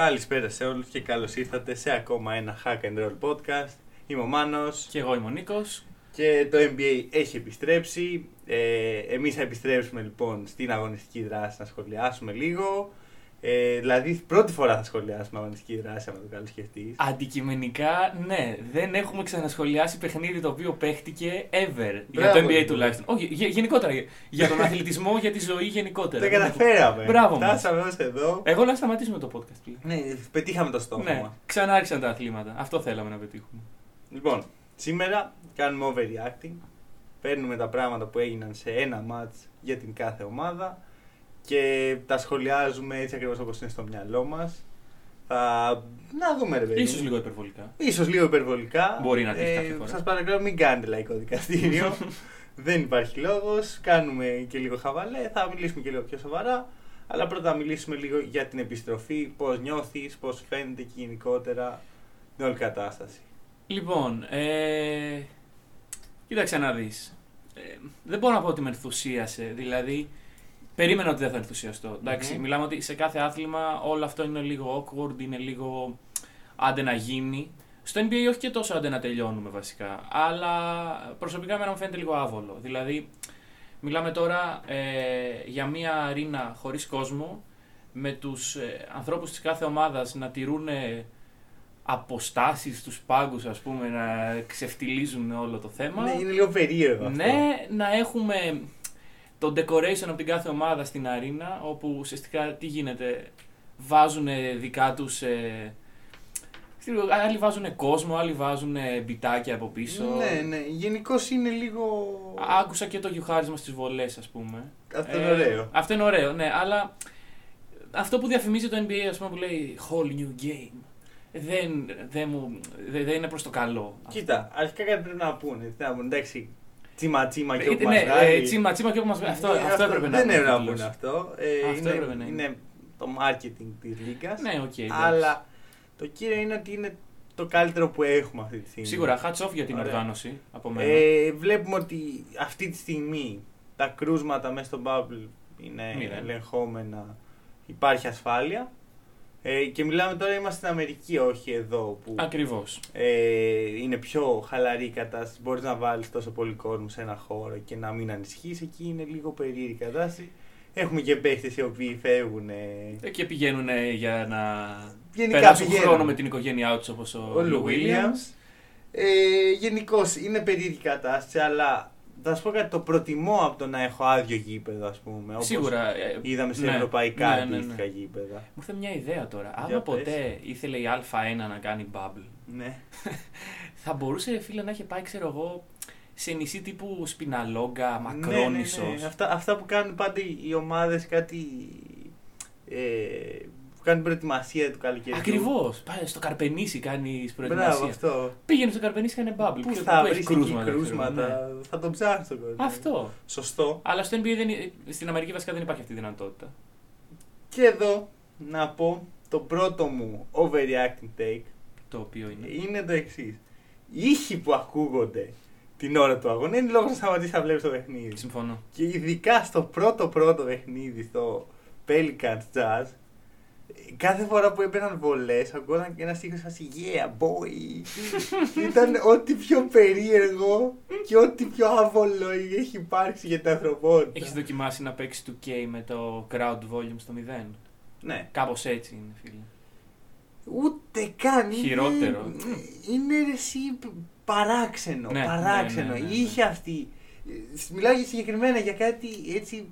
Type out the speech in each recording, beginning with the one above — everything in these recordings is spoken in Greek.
Καλησπέρα σε όλους και καλώς ήρθατε σε ακόμα ένα Hack and Roll podcast. Είμαι ο Μάνος Και εγώ είμαι ο Νίκος. και το NBA έχει επιστρέψει. Ε, εμείς θα επιστρέψουμε λοιπόν στην αγωνιστική δράση να σχολιάσουμε λίγο. Ε, δηλαδή πρώτη φορά θα σχολιάσουμε αγωνιστική δράση άμα το καλώς σκεφτείς. Αντικειμενικά, ναι, δεν έχουμε ξανασχολιάσει παιχνίδι το οποίο παίχτηκε ever. για Μπράβο, το NBA Νίκο. τουλάχιστον. Όχι, γε- γενικότερα. για- Για τον αθλητισμό, για τη ζωή γενικότερα. Τα Δεν έχουμε- καταφέραμε. Μπράβο μας. Φτάσαμε ως εδώ. Εγώ λέω να σταματήσουμε το podcast πλέον. Ναι, πετύχαμε το στόχο Ναι, μας. ξανάρχισαν τα αθλήματα. Αυτό θέλαμε να πετύχουμε. Λοιπόν, σήμερα κάνουμε overreacting. Παίρνουμε τα πράγματα που έγιναν σε ένα μάτς για την κάθε ομάδα και τα σχολιάζουμε έτσι ακριβώς όπως είναι στο μυαλό μας. Θα... Να δούμε ρε παιδί. Ίσως λίγο υπερβολικά. Ίσως λίγο υπερβολικά. Ε, Μπορεί να τύχει κάποια φορά. Σας παρακαλώ μην κάνετε λαϊκό δικαστήριο. Δεν υπάρχει λόγος. Κάνουμε και λίγο χαβαλέ. Θα μιλήσουμε και λίγο πιο σοβαρά. Αλλά πρώτα θα μιλήσουμε λίγο για την επιστροφή. Πώς νιώθεις, πώς φαίνεται και γενικότερα την όλη κατάσταση. Λοιπόν, ε, κοίταξε να δεις. Ε, δεν μπορώ να πω ότι με ενθουσίασε. Δηλαδή, περίμενα ότι δεν θα ενθουσιαστώ. εντάξει. Μμμ. Μιλάμε ότι σε κάθε άθλημα όλο αυτό είναι λίγο awkward, είναι λίγο άντε να γίνει. Στο NBA όχι και τόσο άντε να τελειώνουμε βασικά. Αλλά προσωπικά εμένα μου φαίνεται λίγο άβολο. Δηλαδή, μιλάμε τώρα ε, για μια αρίνα χωρίς κόσμο, με τους ε, ανθρώπους της κάθε ομάδας να τηρούν αποστάσεις στους πάγκους ας πούμε να ξεφτυλίζουν όλο το θέμα. Ναι, είναι λίγο περίεργο αυτό. Ναι, να έχουμε το decoration από την κάθε ομάδα στην αρίνα, όπου ουσιαστικά τι γίνεται, βάζουν δικά τους... Ε, ξέρω, άλλοι βάζουν κόσμο, άλλοι βάζουν μπιτάκια από πίσω. Ναι, ναι. Γενικώς είναι λίγο. Άκουσα και το γιουχάρισμα στις βολές ας πούμε. Ε, Αυτό είναι ωραίο. Αυτό είναι ωραίο, ναι, αλλά αυτό που διαφημίζει το NBA, ας πούμε, που λέει whole new game, δεν, δεν, μου, δεν, δεν είναι προς το καλό. Κοίτα, αρχικά κάτι πρέπει να πούνε. Τι να πούνε, εντάξει. Τσίμα, τσίμα και Ε, όπου ναι, μας βγάλει. ε, τσίμα, τσίμα και όπου μας βγάλει. Αυτό, Ε, αυτό έπρεπε να Δεν είναι έπρεπε ο να πούνε τίτλος. αυτό. Ε, Αυτό είναι, έπρεπε να είναι. είναι το marketing της Λίγκα. Ναι, οκ. εντάξει. αλλά το κύριο είναι ότι είναι το καλύτερο που έχουμε αυτή τη στιγμή. Σίγουρα, hats off για την Ωραία. οργάνωση από μένα. Ε, βλέπουμε ότι αυτή τη στιγμή τα κρούσματα μέσα στο bubble είναι Μηδέν. ελεγχόμενα, υπάρχει ασφάλεια. Ε, και μιλάμε τώρα, είμαστε στην Αμερική, όχι εδώ που Ακριβώς. ε, είναι πιο χαλαρή η κατάσταση. Μπορείς να βάλεις τόσο πολύ κόσμο σε ένα χώρο και να μην ανησυχείς. Εκεί είναι λίγο περίεργη η κατάσταση. Έχουμε και παίχτες οι οποίοι φεύγουν. ε, Ε, Και πηγαίνουν ε, για να Γενικά περάσουν πηγαίνουν. χρόνο με την οικογένειά τους όπως ο, ο Λου Williams. Ε, Γενικώς είναι περίεργη κατάσταση, αλλά θα σου πω κάτι, το προτιμώ από το να έχω άδειο γήπεδο, ας πούμε. Όπως Σίγουρα. ε, Είδαμε σε ναι. ευρωπαϊκά Ναι, ναι, ναι. αντίστοιχα γήπεδα. Μου ήρθε μια ιδέα τώρα. Άμα Για πες. ποτέ ήθελε η Α1 να κάνει bubble, Ναι. θα μπορούσε φίλε να έχει πάει, ξέρω εγώ, σε νησί τύπου Σπιναλόγκα, Μακρόνισος. Ναι, ναι, ναι. Αυτά, αυτά που κάνουν πάντα οι οι ομάδες κάτι... Ε, που κάνουν προετοιμασία του καλοκαιριού. Ακριβώς. Πάει στο Καρπενήσι κάνει Μπράβο προετοιμασία. αυτό. Πήγαινε στο Καρπενήσι κάνει bubble. Πού Ποιο- θα έχει βρει κρούσματα. ξέρω εγώ, ναι. κρούσματα. Θα τον ψάχνει τον κόσμο. Αυτό. Σωστό. Αλλά στο NBA δεν, είναι- στην Αμερική βασικά δεν υπάρχει αυτή η δυνατότητα. Και εδώ να πω το πρώτο μου overreacting take Το οποίο είναι. είναι το εξής. Οι ήχοι που ακούγονται την ώρα του αγώνα είναι λόγος να σταματήσεις να βλέπεις το παιχνίδι. Συμφωνώ. Και ειδικά στο πρώτο πρώτο παιχνίδι, στο Pelicans Jazz, κάθε φορά που έμπαιναν βολές, ακούγονταν και ένας ήχος σαν Yeah, boy! Ήταν ό,τι πιο περίεργο και ό,τι πιο άβολο έχει υπάρξει για την ανθρωπότητα. Έχεις δοκιμάσει να παίξεις 2K με το crowd volume στο 0. Ναι. Κάπως έτσι είναι, φίλε. Ούτε καν. είναι- Χειρότερο. Είναι ρε εσύ παράξενο. Ναι, παράξενο. ναι, ναι, ναι, ναι. Είχε αυτή. ε, Μιλάω για συγκεκριμένα για κάτι έτσι.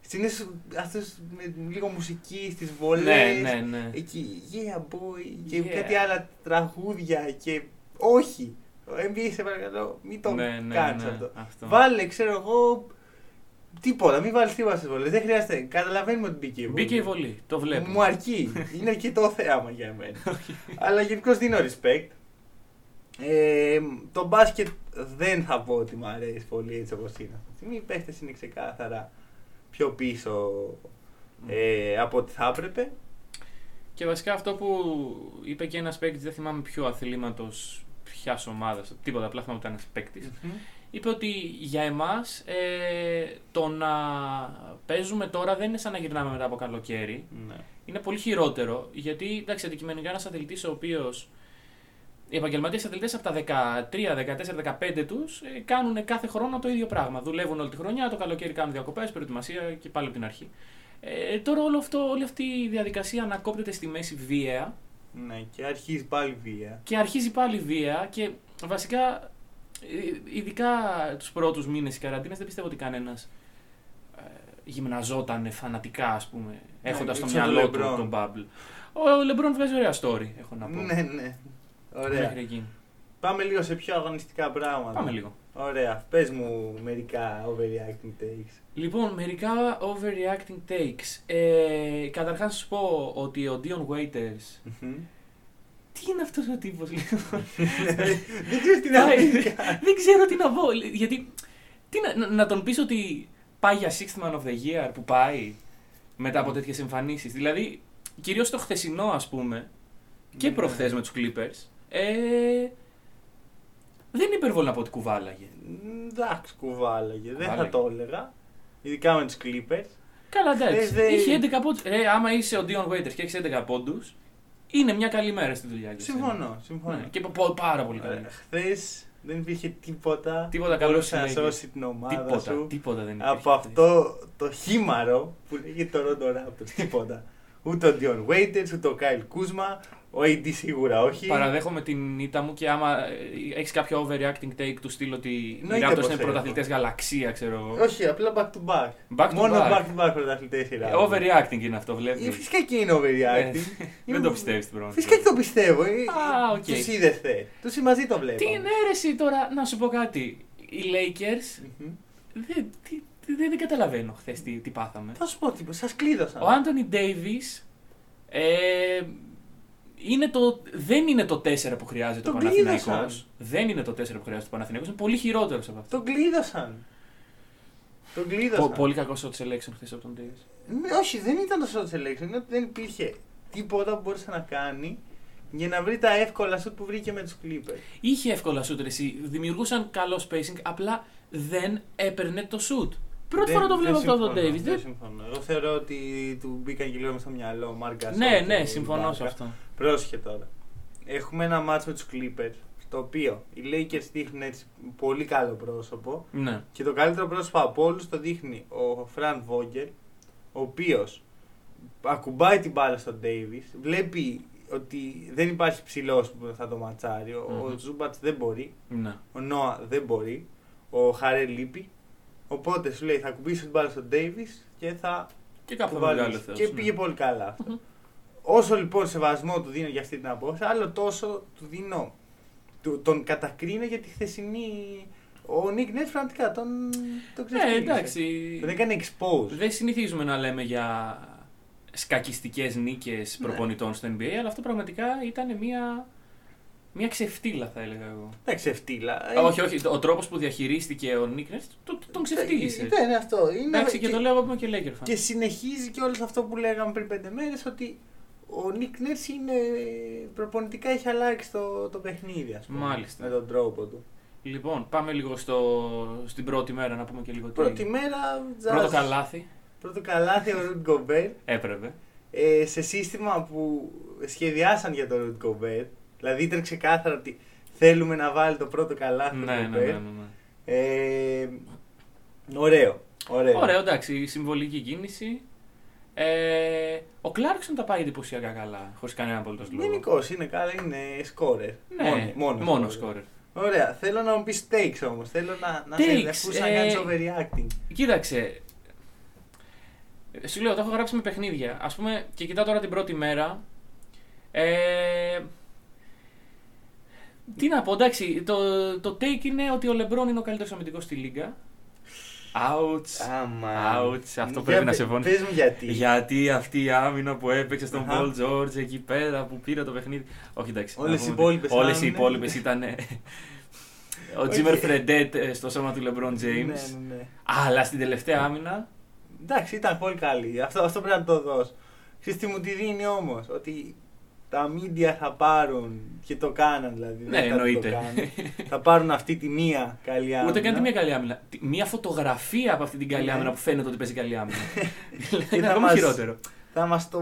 Συνήθω αυτό με λίγο μουσική στις βολέ. Ναι, ναι, ναι. Εκεί, yeah boy, και Yeah. κάτι άλλα τραγούδια και όχι. Ο NBA σε παρακαλώ, μην το ναι, ναι, κάνεις ναι, αυτό. αυτό. Βάλε, ξέρω εγώ, τίποτα, μην βάλεις τίποτα στις βολές. Δεν χρειάζεται, καταλαβαίνουμε ότι μπήκε η βολή. Μπήκε η βολή. Το βλέπω. Μου αρκεί. Είναι αρκετό θέαμα για μένα. Αλλά γενικώς δίνω respect. Ε, το μπάσκετ δεν θα πω ότι μου αρέσει πολύ έτσι όπως είναι αυτή τη στιγμή. Οι παίχτες είναι ξεκάθαρα πιο πίσω ε, από ό,τι θα έπρεπε. Και βασικά αυτό που είπε και ένας παίκτης, δεν θυμάμαι ποιο αθλήματος, ποιας ομάδας, τίποτα. Απλά θυμάμαι ότι ήταν ένας παίκτης. είπε ότι για εμάς ε, το να παίζουμε τώρα δεν είναι σαν να γυρνάμε μετά από καλοκαίρι. Ναι. είναι πολύ χειρότερο γιατί εντάξει, αντικειμενικά ένας αθλητής ο οποίος. Οι επαγγελματίες αθλητές από τα 13, 14, 15 τους ε, κάνουν κάθε χρόνο το ίδιο πράγμα. Δουλεύουν όλη τη χρονιά, το καλοκαίρι κάνουν διακοπές, προετοιμασία και πάλι από την αρχή. Ε, τώρα όλο αυτό, όλη αυτή η διαδικασία ανακόπτεται στη μέση βία Ναι, και αρχίζει πάλι βία. και αρχίζει πάλι βία και βασικά ε, ειδικά τους πρώτους μήνες της καραντίνας δεν πιστεύω ότι κανένας ε, γυμναζόταν φανατικά ας πούμε Ναι, έχοντας στο ήξερε το μυαλό του LeBron. τον Bubble. Ο Λεμπρόν βγάζει ωραία story έχω να πω. Ναι, ναι. Ωραία. Μέχρι εκεί. Πάμε λίγο σε πιο αγωνιστικά πράγματα. Πάμε λίγο. Ωραία. Πες μου μερικά overreacting takes. Λοιπόν, μερικά overreacting takes. Ε, καταρχάς να σου πω ότι ο Dion Waiters... Μμμ. Τι είναι αυτός ο τύπος, λοιπόν. Ναι. Δεν ξέρω τι να Πάει. πει. Δεν ξέρω τι να πω. Γιατί. Τι να, να- να τον πεις ότι πάει για Sixth Man of the Year που πάει μετά Mm. από τέτοιες εμφανίσεις. Δηλαδή, κυρίως το χθεσινό, ας πούμε, και Ναι. προχθέ με τους Clippers, ε, δεν είναι υπερβολή να πω ότι κουβάλαγε. Μ, Εντάξει, κουβάλαγε. Δεν θα Κουβάλαγε. το έλεγα. Ειδικά με τους Clippers. Καλά, εντάξει. Χθες δεν- Είχε 11 πόντου. Ρε, ε, άμα είσαι ο Dion Waiters και έχεις 11 πόντους, είναι μια καλή μέρα στη δουλειά για σένα. Συμφωνώ, Ναι, συμφωνώ. και πο- πο- πάρα πολύ καλή. μέρα. Χθες δεν υπήρχε τίποτα. Τίποτα που καλό μπορούσε να συνέβη. Ε, σώσει την ομάδα Τίποτα, σου. τίποτα δεν είναι. από αυτό το χήμαρο που λέγεται το Ρόντο Raptors. τίποτα. Ούτε ο Dion Waiters, ούτε ο Kyle Kuzma, ο AD σίγουρα όχι. Παραδέχομαι την ήττα μου και άμα έχεις κάποιο overreacting take του στυλ ότι οι Εννοείται πως Raptors είναι έχω. πρωταθλητές γαλαξία, ξέρω εγώ. Όχι, απλά back to back. Back to Μόνο back. back to back πρωταθλητές οι Ε, Raptors. Overreacting είναι αυτό, Ε, βλέπει. Φυσικά και είναι overreacting. Είναι- Ναι. Δεν το πιστεύεις την πρώτη. Φυσικά και το πιστεύω. Ε, Α, οκ. Τους είδε θε. Τους μαζί το βλέπω. Τι είναι αίρεση τώρα, να σου πω κάτι. Οι Lakers. Μμμ. Δεν, τι- τι- δεν, δεν καταλαβαίνω χθες τι, τι πάθαμε. Θα σου πω τίποτα, σας κλείδωσα. Ο Άντωνι Ντέιβι. Ε, είναι το, δεν είναι το 4 που χρειάζεται ο Τον Παναθηναϊκός. κλείδωσαν. Δεν είναι το 4 που χρειάζεται ο Παναθηναϊκός. Είναι πολύ χειρότερος από αυτό. Τον κλείδωσαν. Τον Πο- κλείδωσαν. πολύ κακό shot selection χθες από τον Ντέιβι. Ναι, όχι, δεν ήταν το short selection. Είναι ότι δεν υπήρχε τίποτα που μπορούσε να κάνει για να βρει τα εύκολα σουτ που βρήκε με τους Clippers. Είχε εύκολα σουτ ρε εσύ. Δημιουργούσαν καλό spacing, απλά δεν έπαιρνε το σουτ. Πρώτη Δεν- φορά το βλέπω δεν αυτό από τον συμφωνώ, Davis. Δεν Δεν... συμφωνώ. Εγώ θεωρώ ότι του μπήκαν και λίγο μες στο μυαλό ο Μάρκας. Ναι, ναι, συμφωνώ σε αυτό. Πρόσεχε τώρα. Έχουμε ένα μάτσο με τους Clippers, το οποίο οι Lakers δείχνουν έτσι πολύ καλό πρόσωπο Ναι. και το καλύτερο πρόσωπο από όλους το δείχνει ο Φραν Βόγκελ, ο οποίος ακουμπάει την μπάλα στον Davis, βλέπει ότι δεν υπάρχει ψηλός που θα το ματσάρει, ο- ο Μμμ. Ζούμπατς δεν μπορεί, ναι. ο Νόα δεν μπορεί, ο Χαρέ λείπει, οπότε σου λέει θα ακουμπήσει την μπάλα στον Davis και θα Και κάπου το θα βάλεις. μεγάλο θεός. Και ναι. πήγε πολύ καλά αυτό. Μμμ. Όσο λοιπόν σεβασμό του δίνω για αυτή την απόφαση, άλλο τόσο του δίνω. του- τον κατακρίνω για τη χθεσινή. Ο Νίκ Νέτ πραγματικά τον, τον Ναι, ξεφτύλισε. εντάξει. Τον έκανε expose. Δεν συνηθίζουμε να λέμε για σκακιστικές νίκες Ναι. προπονητών στο NBA, αλλά αυτό πραγματικά ήταν μια, μια ξεφτύλα θα έλεγα εγώ. Εντάξει, ξεφτύλα. Α, όχι, όχι, ο τρόπος που διαχειρίστηκε ο Νίκνερς το- το- τον ξεφτύλισε. Ναι, ναι, αυτό. Είναι... Εντάξει, και, το λέω ακόμα και Laker fan. και συνεχίζει και όλο αυτό που λέγαμε πριν πέντε μέρες ότι ο Νίκ Νέτ είναι. προπονητικά έχει αλλάξει το, το παιχνίδι, ας πούμε. Μάλιστα. Με τον τρόπο του. Λοιπόν, πάμε λίγο στο, στην πρώτη μέρα να πούμε και λίγο τι. Πρώτη μέρα. τζαζ. Πρώτο καλάθι. Πρώτο καλάθι ο Ρουντ Γκομπέρ. Έπρεπε. ε, σε σύστημα που σχεδιάσαν για τον Ρουντ Κομπέρ. Δηλαδή ήταν ξεκάθαρο ότι θέλουμε να βάλει το πρώτο καλάθι του ναι, ναι, Gobert. ναι, ναι, ναι. Ε, ωραίο, ωραίο. Ωραία, εντάξει, συμβολική κίνηση. Ε, ο Κλάρκσον τα πάει εντυπωσιακά καλά, χωρίς κανένα απολύτως λόγο. Γενικώς είναι καλά, είναι σκόρερ. Ναι, μόνο, σκόρερ. Ωραία, θέλω να μου πεις takes όμως. Θέλω να, να σε Takes, ακούσω να ε, κάνει overreacting. Κοίταξε. ε, Σου λέω, το έχω γράψει με παιχνίδια. Ας πούμε, και κοιτά τώρα την πρώτη μέρα. Ε, τι να πω, εντάξει, το, το take είναι ότι ο Λεμπρόν είναι ο καλύτερος αμυντικός στη λίγα. Ouch. Άμα. outs, αυτό πρέπει να σε βώνει. Πες μου γιατί. Γιατί αυτή η άμυνα που έπαιξε στον Αχα. Πολ Τζόρτζ εκεί πέρα που πήρε το παιχνίδι. Όχι εντάξει. Όλες οι υπόλοιπες Όλες οι άμυνες. υπόλοιπε ήταν. ε, ο Όχι. Τζίμερ Φρεντέτ ε, στο σώμα του Λεμπρόν Τζέιμ. Ναι, ναι, ναι. Αλλά στην τελευταία άμυνα. Εντάξει, ήταν πολύ καλή. Αυτό, αυτό πρέπει να το δώσω. Ξέρεις τι μου τη δίνει όμως, ότι τα μίντια θα πάρουν και το κάναν δηλαδή. Ναι, δεν θα εννοείται. το κάνουν. θα πάρουν αυτή τη μία καλή άμυνα. Ούτε καν τη μία καλή άμυνα. Τη- Μία φωτογραφία από αυτή την καλή Ναι. άμυνα που φαίνεται ότι παίζει καλή άμυνα. Και Είναι θα ακόμα μας- χειρότερο. Θα μας το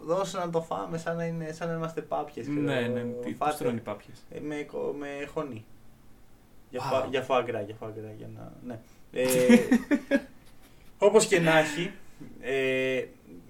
δώσουν να το φάμε σαν να, είναι, σαν να είμαστε πάπιες. Ναι, ναι, τι πώς τρώνε οι πάπιες. Ε, με, κο- με χωνί. Για, Wow. φα, για φαγκρά, για φαγκρά, για να... Ναι. Ε, όπως και να έχει, ε,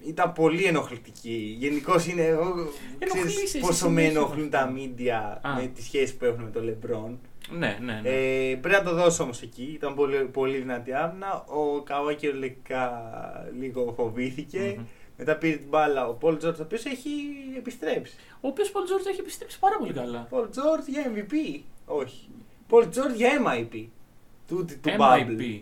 ήταν πολύ ενοχλητική. Γενικώς είναι... Εγώ, Ενοχλήσεις, εσύ πόσο με συνέχεια. ενοχλούν τα μίντια Α. με τη σχέση που έχουν με τον Λεμπρόν. Ναι, ναι, ναι. Ε, πρέπει να το δώσω όμως εκεί. Ήταν πολύ, πολύ δυνατή άμυνα. Ο Καουάκη ολικά λίγο φοβήθηκε. Μμμ. Μετά πήρε την μπάλα ο Πολ Τζόρτ, ο οποίος έχει επιστρέψει. Ο οποίος Πολ Τζόρτ έχει επιστρέψει πάρα πολύ καλά. Πολ Τζόρτ για MVP. Όχι. Πολ Τζόρτ για MIP. Του, του Bubble. MIP.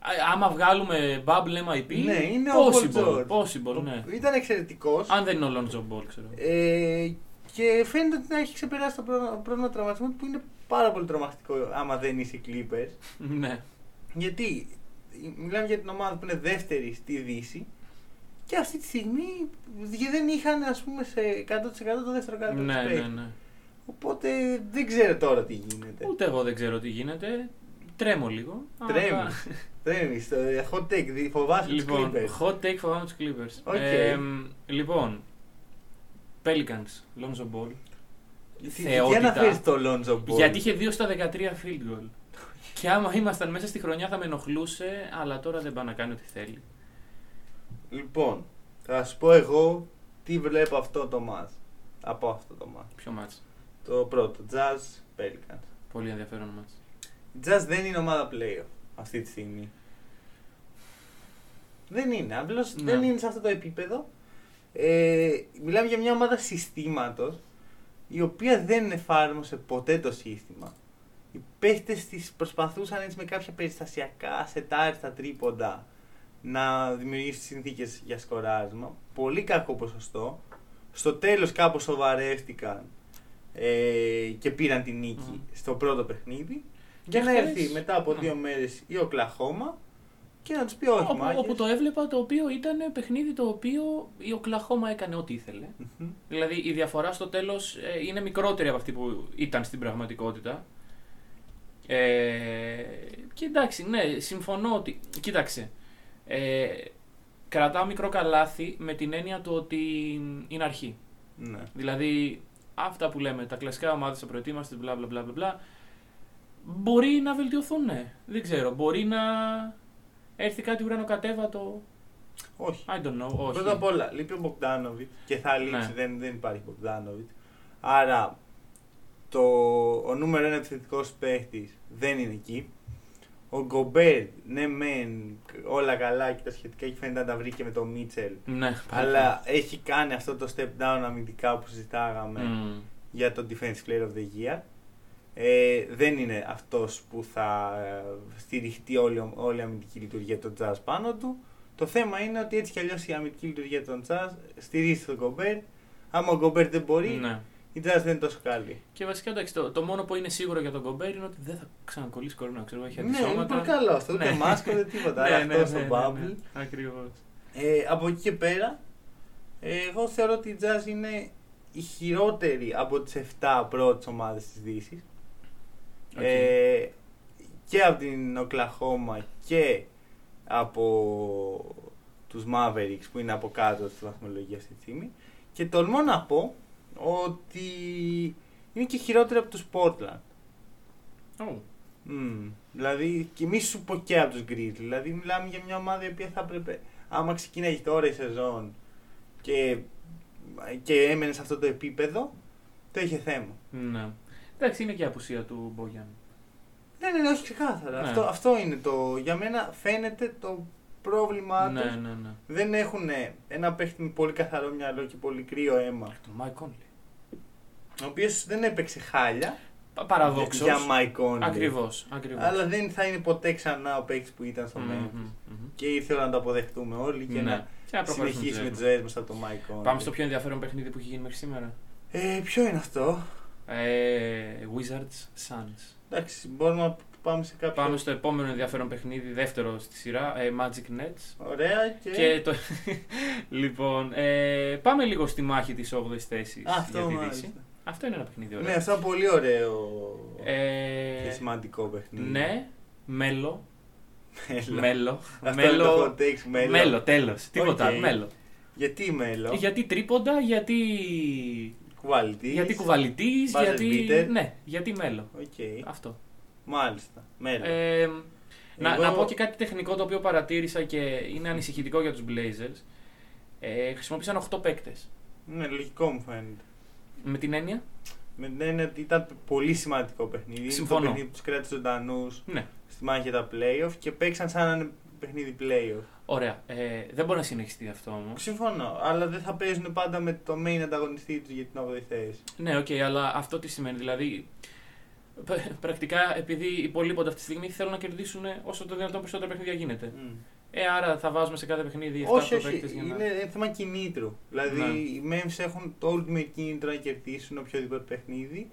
Α, Άμα βγάλουμε Bubble MIP, Ναι, είναι ο Πολ possible, Τζόρτ. possible, ναι. Ήταν εξαιρετικός. Αν δεν είναι ο Λόντζο Μπολ, ξέρω. Ε, και φαίνεται ότι να έχει ξεπεράσει το πρό- πρόβλημα τραυματισμού του, που είναι πάρα πολύ τρομακτικό άμα δεν είσαι Clippers. Ναι. Γιατί μιλάμε για την ομάδα που είναι δεύτερη στη Δύση και αυτή τη στιγμή δι- δεν είχαν ας πούμε σε 100% το δεύτερο κάτω Ναι, ναι, ναι. Οπότε δεν ξέρω τώρα τι γίνεται. Ούτε εγώ δεν ξέρω τι γίνεται. Τρέμω λίγο. αλλά- Τρέμεις. Τρέμεις, το ε, hot take, δι- φοβάσαι Λοιπόν, τους Clippers. hot take φοβάμαι τους Clippers. Οκ. Ε, μ, λοιπόν, Pelicans, Lonzo Ball. Τι- τι- θεότητα. Τι αναφέρεις το Lonzo Ball. Γιατί είχε 2 στα 13 field goal. Και άμα ήμασταν μέσα στη χρονιά θα με ενοχλούσε, αλλά τώρα δεν πάει να κάνει ό,τι θέλει. Λοιπόν, θα σου πω εγώ τι βλέπω αυτό το match. Από αυτό το match. Ποιο μάτς. Το πρώτο, Jazz Pelicans. Πολύ ενδιαφέρον μάτς. Η Jazz δεν είναι ομάδα playoff αυτή τη στιγμή. Δεν είναι. Απλώς Ναι. δεν είναι σε αυτό το επίπεδο. Ε, μιλάμε για μια ομάδα συστήματος η οποία δεν εφάρμοσε ποτέ το σύστημα. Οι παίχτε της προσπαθούσαν έτσι με κάποια περιστασιακά σετάρ στα τρίποντα να δημιουργήσουν συνθήκες για σκοράρισμα. Πολύ κακό ποσοστό. Στο τέλος κάπως σοβαρεύτηκαν ε, και πήραν την νίκη Μμμ. στο πρώτο παιχνίδι. Και Για να χθες- έρθει μετά από ναι. δύο μέρες η Οκλαχώμα και να τους πει όχι Όπου, μάγκες. όπου το έβλεπα το οποίο ήταν παιχνίδι το οποίο η Οκλαχώμα έκανε ό,τι ήθελε. Μμμ. Δηλαδή η διαφορά στο τέλος είναι μικρότερη από αυτή που ήταν στην πραγματικότητα. Ε, και εντάξει, ναι, συμφωνώ ότι. Κοίταξε. Ε, κρατάω μικρό καλάθι με την έννοια του ότι είναι αρχή. Ναι. Δηλαδή, αυτά που λέμε, τα κλασικά ομάδες θα προετοίμαστε, μπλα μπλα μπλα μπλα, μπλα. Μπορεί να βελτιωθούν, ναι. Δεν ξέρω. Μπορεί να έρθει κάτι ουρανοκατέβατο. Όχι. I don't know. Όχι. Πρώτα απ' όλα, λείπει ο Μπογκδάνοβιτ και θα λείψει, Ναι. δεν, δεν υπάρχει Μπογκδάνοβιτ. Άρα, το, ο νούμερο ένα επιθετικός παίχτης δεν είναι εκεί. Ο Γκομπέρ, ναι μεν, όλα καλά και τα σχετικά και φαίνεται να τα βρήκε με τον Μίτσελ. Ναι, πάλι. Αλλά έχει κάνει αυτό το step down αμυντικά που συζητάγαμε Μμμ. για τον Defense Player of the Year. Ε, δεν είναι αυτός που θα ε, στηριχτεί όλη, όλη η αμυντική λειτουργία των Jazz πάνω του. Το θέμα είναι ότι έτσι κι αλλιώς η αμυντική λειτουργία των Jazz στηρίζει τον Gobert. Άμα ο Gobert δεν μπορεί, Ναι. η Jazz δεν είναι τόσο καλή. Και βασικά εντάξει, το, το μόνο που είναι σίγουρο για τον Κομπέρ είναι ότι δεν θα ξανακολλήσει κορώνα. Ξέρω, εγώ, έχει Ναι, αντισώματα. Ναι. είναι πολύ καλό αυτό. Ούτε μάσκα, ούτε τίποτα. Άρα αυτό στο bubble. Ακριβώς. Ε, από εκεί και πέρα, ε, εγώ θεωρώ ότι η Jazz είναι η χειρότερη από τις 7 πρώτες ομάδες της Δύσης. Οκ. Ε, και από την Οκλαχώμα και από τους Mavericks που είναι από κάτω στη βαθμολογίας αυτή τη στιγμή. Και τολμώ να πω ότι είναι και χειρότερη από τους Portland. Oh. Μμμ. Δηλαδή, και μη σου πω και από τους Grizzlies. Δηλαδή, μιλάμε για μια ομάδα η οποία θα έπρεπε, άμα ξεκίναγε τώρα η σεζόν και, και έμενε σε αυτό το επίπεδο, το είχε θέμα. Ναι. Εντάξει, είναι και η απουσία του Μπόγιαν. Ναι, ναι, ναι, όχι ξεκάθαρα. Ναι. Αυτό, αυτό είναι το. Για μένα φαίνεται το πρόβλημά Ναι, τους. ναι, ναι. Δεν έχουν ένα παίχτη με πολύ καθαρό μυαλό και πολύ κρύο αίμα. Το Mike Conley. Ο οποίος δεν έπαιξε χάλια. Πα- Παραδόξως. Για Mike Conley. Ακριβώς. Ακριβώς. Αλλά δεν θα είναι ποτέ ξανά ο παίκτης που ήταν στο Μμμ, Memphis. μμμ, μμμ. Και ήθελα να το αποδεχτούμε όλοι και Ναι. να Και να προχωρήσουμε συνεχίσουμε τη τι ζωή ζωές μας από το Mike Conley. μας. Πάμε στο πιο ενδιαφέρον παιχνίδι που έχει γίνει μέχρι σήμερα. Ε, ποιο είναι αυτό. Ε, Wizards Suns. Εντάξει, μπορούμε να πάμε σε κάποιο. Πάμε στο επόμενο ενδιαφέρον παιχνίδι, δεύτερο στη σειρά, ε, Magic Nets. Ωραία και. Και το... λοιπόν, ε, πάμε λίγο στη μάχη της 8η θέσης Α, Αυτό για τη μάλιστα. Δύση. Αυτό είναι ένα παιχνίδι, ωραίο. Ναι, αυτό είναι πολύ ωραίο και ε, σημαντικό παιχνίδι. ναι, μέλο. Μέλλον. Μέλο. Αυτό είναι το Μέλο. hot takes, μέλλον. Μέλο, τέλος. Τίποτα. Οκ. Μέλο. Γιατί μέλο. Γιατί τρίποντα, γιατί. Quality. Γιατί κουβαλητής, Buzzer γιατί. beater. Ναι, γιατί μέλο. Οκ. Αυτό. Μάλιστα. Μέλο. Ε, να, Εγώ- να πω και κάτι τεχνικό το οποίο παρατήρησα και είναι ανησυχητικό για τους Blazers. Ε, χρησιμοποίησαν 8 παίκτες. Ναι, λογικό μου φαίνεται. Με την έννοια. Με την έννοια ότι ήταν πολύ σημαντικό παιχνίδι. Συμφωνώ. Το παιχνίδι που τους κράτησε ζωντανούς Ναι. στη μάχη για τα playoff και παίξαν σαν να είναι παιχνίδι playoff. Ωραία. Ε, δεν μπορεί να συνεχιστεί αυτό όμως. Συμφωνώ, αλλά δεν θα παίζουν πάντα με το main ανταγωνιστή τους για την 8η θέση. Ναι, οκ, αλλά αυτό τι σημαίνει. Δηλαδή, π- πρακτικά επειδή υπολείπονται αυτή τη στιγμή, θέλουν να κερδίσουν όσο το δυνατόν περισσότερα παιχνίδια γίνεται. Μμ. Ε, άρα θα βάζουμε σε κάθε παιχνίδι 7 Όχι, όχι, παίκτες για να. είναι ένα θέμα κινήτρου. Δηλαδή Ναι. οι Mavs έχουν το ultimate κίνητρο να κερδίσουν οποιοδήποτε παιχνίδι.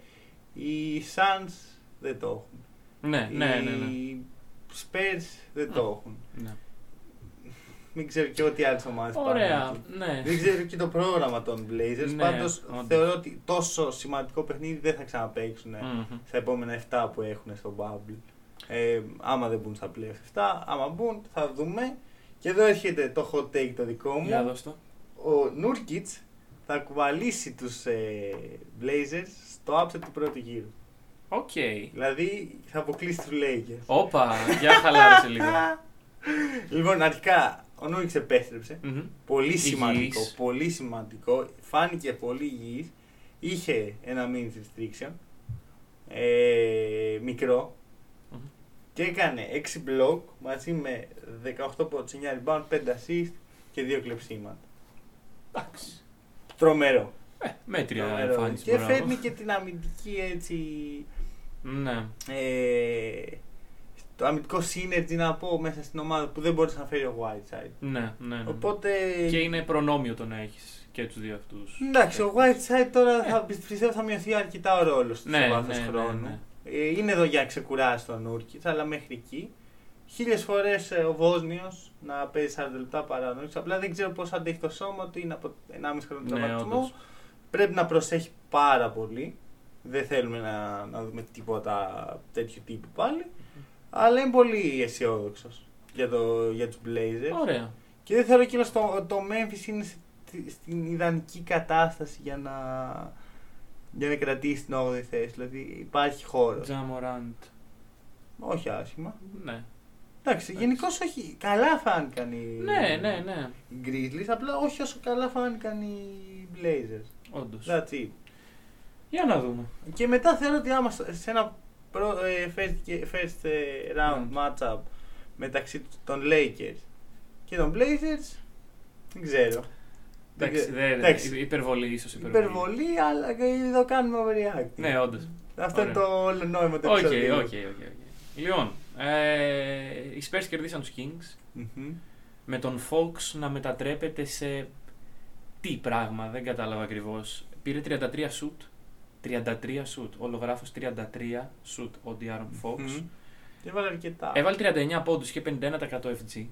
Οι Suns δεν το έχουν. Ναι, ναι, ναι. ναι. Οι Spurs δεν το Μμ. έχουν. ναι. Μην ξέρω και ό,τι άλλε ομάδε Ωραία, ναι. Δεν ξέρω και το πρόγραμμα των Blazers. Ναι, πάντως όντως. θεωρώ ότι τόσο σημαντικό παιχνίδι δεν θα ξαναπαίξουν Μμμ. στα επόμενα 7 που έχουν στο Bubble. Ε, άμα δεν μπουν στα playoff 7, άμα μπουν θα δούμε. Και εδώ έρχεται το hot take το δικό μου. Για δώσ' το. Ο Νούρκιτς θα κουβαλήσει τους ε, Blazers στο upset του πρώτου γύρου. Οκ. Δηλαδή θα αποκλείσεις τους Lakers. Όπα, για χαλάρωσε λίγο. Λοιπόν, αρχικά ο Νούρκιτς επέστρεψε. Μμμ. Πολύ Υγιής. σημαντικό, πολύ σημαντικό. Φάνηκε πολύ υγιής. Είχε ένα means restriction. Ε, μικρό. Μμμ. Και έκανε 6 block μαζί με 18 πόντους, 9 rebound, 5 assist και 2 κλεψίματα. Εντάξει. Τρομερό. Ε, μέτρια Τρομερό. εμφάνιση. Και μπράβο. φέρνει και την αμυντική έτσι... Ναι. Ε, το αμυντικό synergy να πω μέσα στην ομάδα που δεν μπορούσε να φέρει ο Whiteside. Ναι, ναι, ναι. Οπότε... Και είναι προνόμιο το να έχεις και τους δύο Ε, αυτού. Ε, Εντάξει, ο Whiteside τώρα θα, πιστεύω θα μειωθεί αρκετά ο ρόλος του Ναι, σε βάθος ναι, ναι, χρόνου. ναι. Ε, είναι εδώ για να ξεκουράσει τον Νούρκιτ, αλλά μέχρι εκεί. Χίλιες φορές ο Βόσνιος να παίζει 40 λεπτά παρά ο Νούρκιτ. Απλά δεν ξέρω πώς αντέχει το σώμα του, είναι από 1,5 χρόνο Ναι, τραυματισμό. όντως. Πρέπει να προσέχει πάρα πολύ. Δεν θέλουμε να, να δούμε τίποτα τέτοιου τύπου πάλι. Αλλά είμαι πολύ αισιόδοξος για, το, για τους Blazers. Ωραία. Και δεν θεωρώ κιόλας το, το Memphis είναι στη- στην ιδανική κατάσταση για να, για να κρατήσει την 8η θέση. Δηλαδή υπάρχει χώρος. Τζαμοράντ. Όχι άσχημα. Ναι. Εντάξει, γενικώς όχι. Καλά φάνηκαν οι, Ναι, ναι, ναι. οι Grizzlies, απλά όχι όσο καλά φάνηκαν οι Blazers. Όντως. That's it. Για να δούμε. Και μετά θεωρώ ότι άμα στο- σε ένα προ, ε, first, και- first ε, round Ναι. matchup μεταξύ των Lakers και των Blazers, δεν ξέρω. Δεν Εντάξει, ξέρω. δεν- Εντάξει. υπερβολή ίσως. Υπερβολή, αλλά εδώ κάνουμε overreact. Ναι, όντως. Αυτό είναι Ωραία. το όλο νόημα του Οκ, επεισοδίου. οκ, οκ. οκ. Λοιπόν, ε, οι Spurs κερδίσαν τους Kings Μμμ. με τον Fox να μετατρέπεται σε τι πράγμα, δεν κατάλαβα ακριβώς. Πήρε 33 σουτ, 33 σουτ, ολογράφος 33 σουτ ο Diaron Fox. Μμμ. Και έβαλε αρκετά. Έβαλε 39 πόντους και 51% FG.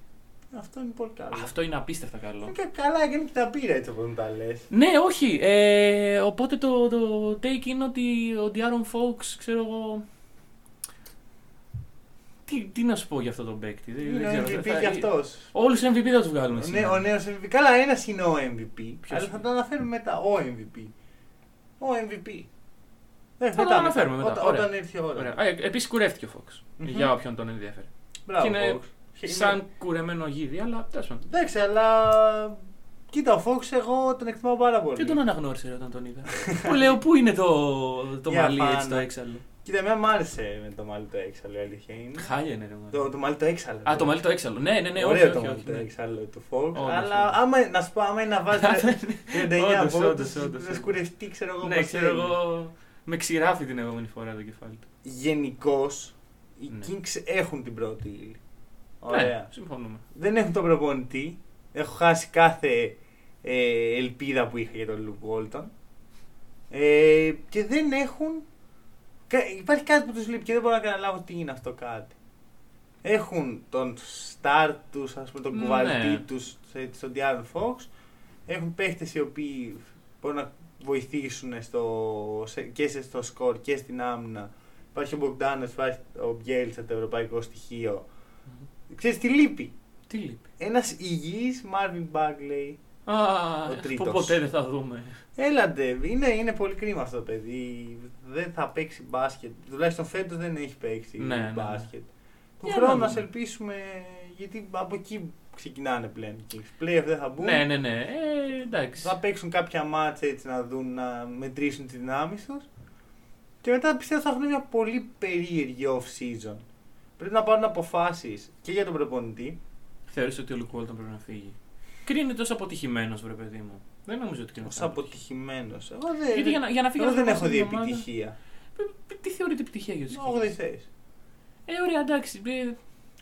Αυτό είναι πολύ καλό. Αυτό είναι απίστευτα καλό. Είναι κα- καλά, έκανε και τα πήρα έτσι όπως μου τα λες. Ναι, όχι. Ε, οπότε το, το take είναι ότι ο Diaron Fox, ξέρω εγώ. Τι, τι να σου πω για αυτό τον παίκτη. Δεν, Είναι δεν ο ξέρω. MVP κι αυτός. Όλους MVP θα τους βγάλουμε. Ο νέ- σήμερα. Ο νέος MVP. Καλά, ένας είναι ο MVP. Ποιος Αλλά θα είναι? το αναφέρουμε μετά. Ο MVP. Ο MVP. Ε, Θα το αναφέρουμε μετά. Όταν, Ωραία. όταν έρθει η ώρα. Ωραία. Επίσης κουρεύτηκε ο Fox. Μμμ. Για όποιον τον ενδιαφέρει. Μπράβο, Και είναι Fox. Και είναι- Σαν κουρεμένο γίδι, αλλά τέλος πάντων. Εντάξει, αλλά... Κοίτα, ο Fox εγώ τον εκτιμάω πάρα πολύ. Και τον αναγνώρισε όταν τον είδα. Που λέω, πού είναι το, το Για μαλλί έτσι φάνα. το έξαλλο. Κοίτα, εμένα μου άρεσε με το μαλλί το έξαλλο, η αλήθεια είναι. Χάλια είναι ρε μάλλον. Το, το μαλλί το έξαλλο. Α, το μαλλί το έξαλλο. Ναι, ναι, ναι, όχι, Ωραίο το όχι, μαλλί όχι. το ναι. έξαλλο του Fox. Όντως, Αλλά όντως. άμα, να σου πω, άμα είναι να βάζεις 39 Όντως, όντως, πόντους, όντως, να όντως. σκουρευτεί, ξέρω εγώ. Ναι, πώς ξέρω θέλει. εγώ. Με ξηράφει την επόμενη φορά το κεφάλι του. Γενικώς, οι Ναι. Kings έχουν την πρώτη ύλη. Ναι, Ωραία. συμφωνούμε. Δεν έχουν τον προπονητή. Έχω χάσει κάθε ε, ελπίδα που είχα για τον Λουκ Βόλτον. Ε, και δεν έχουν. κα- Υπάρχει κάτι που τους λείπει και δεν μπορώ να καταλάβω τι είναι αυτό κάτι. Έχουν τον στάρ τους, ας πούμε τον Ναι. κουβαλτή τους, σε- στον Diaron Fox. Έχουν παίχτες οι οποίοι μπορούν να βοηθήσουν στο, σε- και σε- στο σκορ και στην άμυνα. Υπάρχει ο Μπογκδάνος, υπάρχει ο Μπιέλτσα, το ευρωπαϊκό στοιχείο. Ξέρεις τι λείπει. Τι λείπει. Ένας υγιής Marvin Bagley. Α, Ο τρίτος. που ποτέ δεν θα δούμε. Έλαντε, είναι, είναι πολύ κρίμα αυτό το παιδί. Δεν θα παίξει μπάσκετ. Τουλάχιστον φέτος δεν έχει παίξει Ναι, ναι, ναι. μπάσκετ. Του Για χρόνου να να δούμε. ελπίσουμε, γιατί από εκεί ξεκινάνε πλέον οι Kings. Playoff δεν θα μπουν. Ναι, ναι, ναι. Ε, εντάξει. Θα παίξουν κάποια μάτσα έτσι να δουν, να μετρήσουν τις δυνάμεις τους. Και μετά πιστεύω θα έχουν μια πολύ περίεργη off season. Πρέπει να πάρουν αποφάσεις και για τον προπονητή. Θεωρείς ότι ο Λουκ Walton πρέπει να φύγει. Κρίνει τόσο αποτυχημένος, βρε παιδί μου. Δεν νομίζω ότι κρίνει. Ω αποτυχημένος. Εγώ δεν, Γιατί για να- για να φύγει εγώ ένας δεν έχω από δει την ομάδα- επιτυχία. Τι θεωρείται επιτυχία για τους Εγώ δεν θες. Ε, ωραία, εντάξει. ε,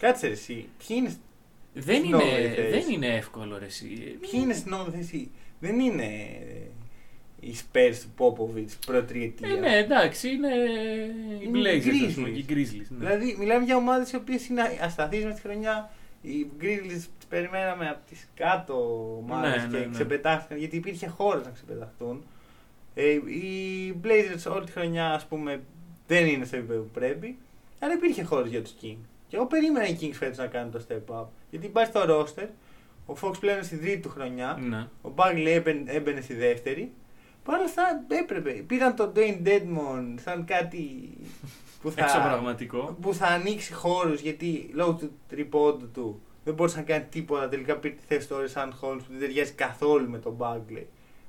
Κάτσε ρε, εσύ. Ποιοι είναι Δεν Συγγνώμη, είναι, θες. δεν είναι εύκολο ρε εσύ. Ποιοι είναι στην όγδοη θέση, δεν είναι οι Spurs του Πόποβιτς προτριετία. Ε, ναι, εντάξει, είναι οι Είναι οι Blazers, ας πούμε, Grizzlies. και οι Grizzlies. Ναι. Δηλαδή, μιλάμε για ομάδες οι οποίες είναι ασταθείς μες τη χρονιά. Οι Grizzlies τις περιμέναμε από τις κάτω ομάδες Ναι, και ναι, ναι. ξεπετάχθηκαν, γιατί υπήρχε χώρος να ξεπεταχθούν. Ε, οι Blazers όλη τη χρονιά, ας πούμε, δεν είναι στο επίπεδο που πρέπει. Αλλά υπήρχε χώρος για τους King. Και εγώ περίμενα οι Kings φέτος να κάνουν το step up. Γιατί υπάρχει το roster, ο Fox πλέον είναι στη τρίτη του χρονιά. Ναι. Ο Μπάγκλι έμπαινε, έμπαινε στη δεύτερη. Παρ' όλα αυτά έπρεπε. Πήραν τον Dwayne Deadmon σαν κάτι που θα, Εξωπραγματικό. που θα ανοίξει χώρους γιατί λόγω του τριπόντου του δεν μπορούσε να κάνει τίποτα. Τελικά πήρε τη θέση του σαν Holmes που δεν ταιριάζει καθόλου με τον Μπάγκλι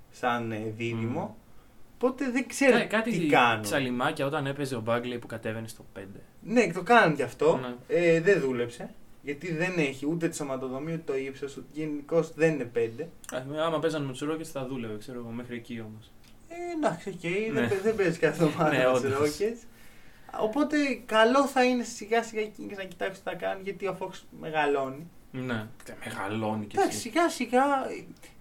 σαν ε, δίδυμο. Οπότε δεν ξέρω Mm. Ναι, κάτι τι κάνουν. τσαλιμάκια όταν έπαιζε ο Μπάγκλι που κατέβαινε στο 5. Ναι, το κάνουν κι αυτό. Ναι. Ε, δεν δούλεψε. Γιατί δεν έχει ούτε τη σωματοδομή ούτε το ύψος. Γενικώς δεν είναι πέντε. Άμα παίζανε με του Ρόκετ θα δούλευε, ξέρω εγώ, μέχρι εκεί όμως. Ε, εντάξει, οκ, Ναι. δεν, δεν παίζει κάθε ομάδα Ναι, με τους όντως. Rockets. Οπότε καλό θα είναι σιγά σιγά οι Kings να κοιτάξουν τι θα κάνουν γιατί ο Fox μεγαλώνει. Ναι. Τε Μεγαλώνει και Εντάξει, εσύ. σιγά σιγά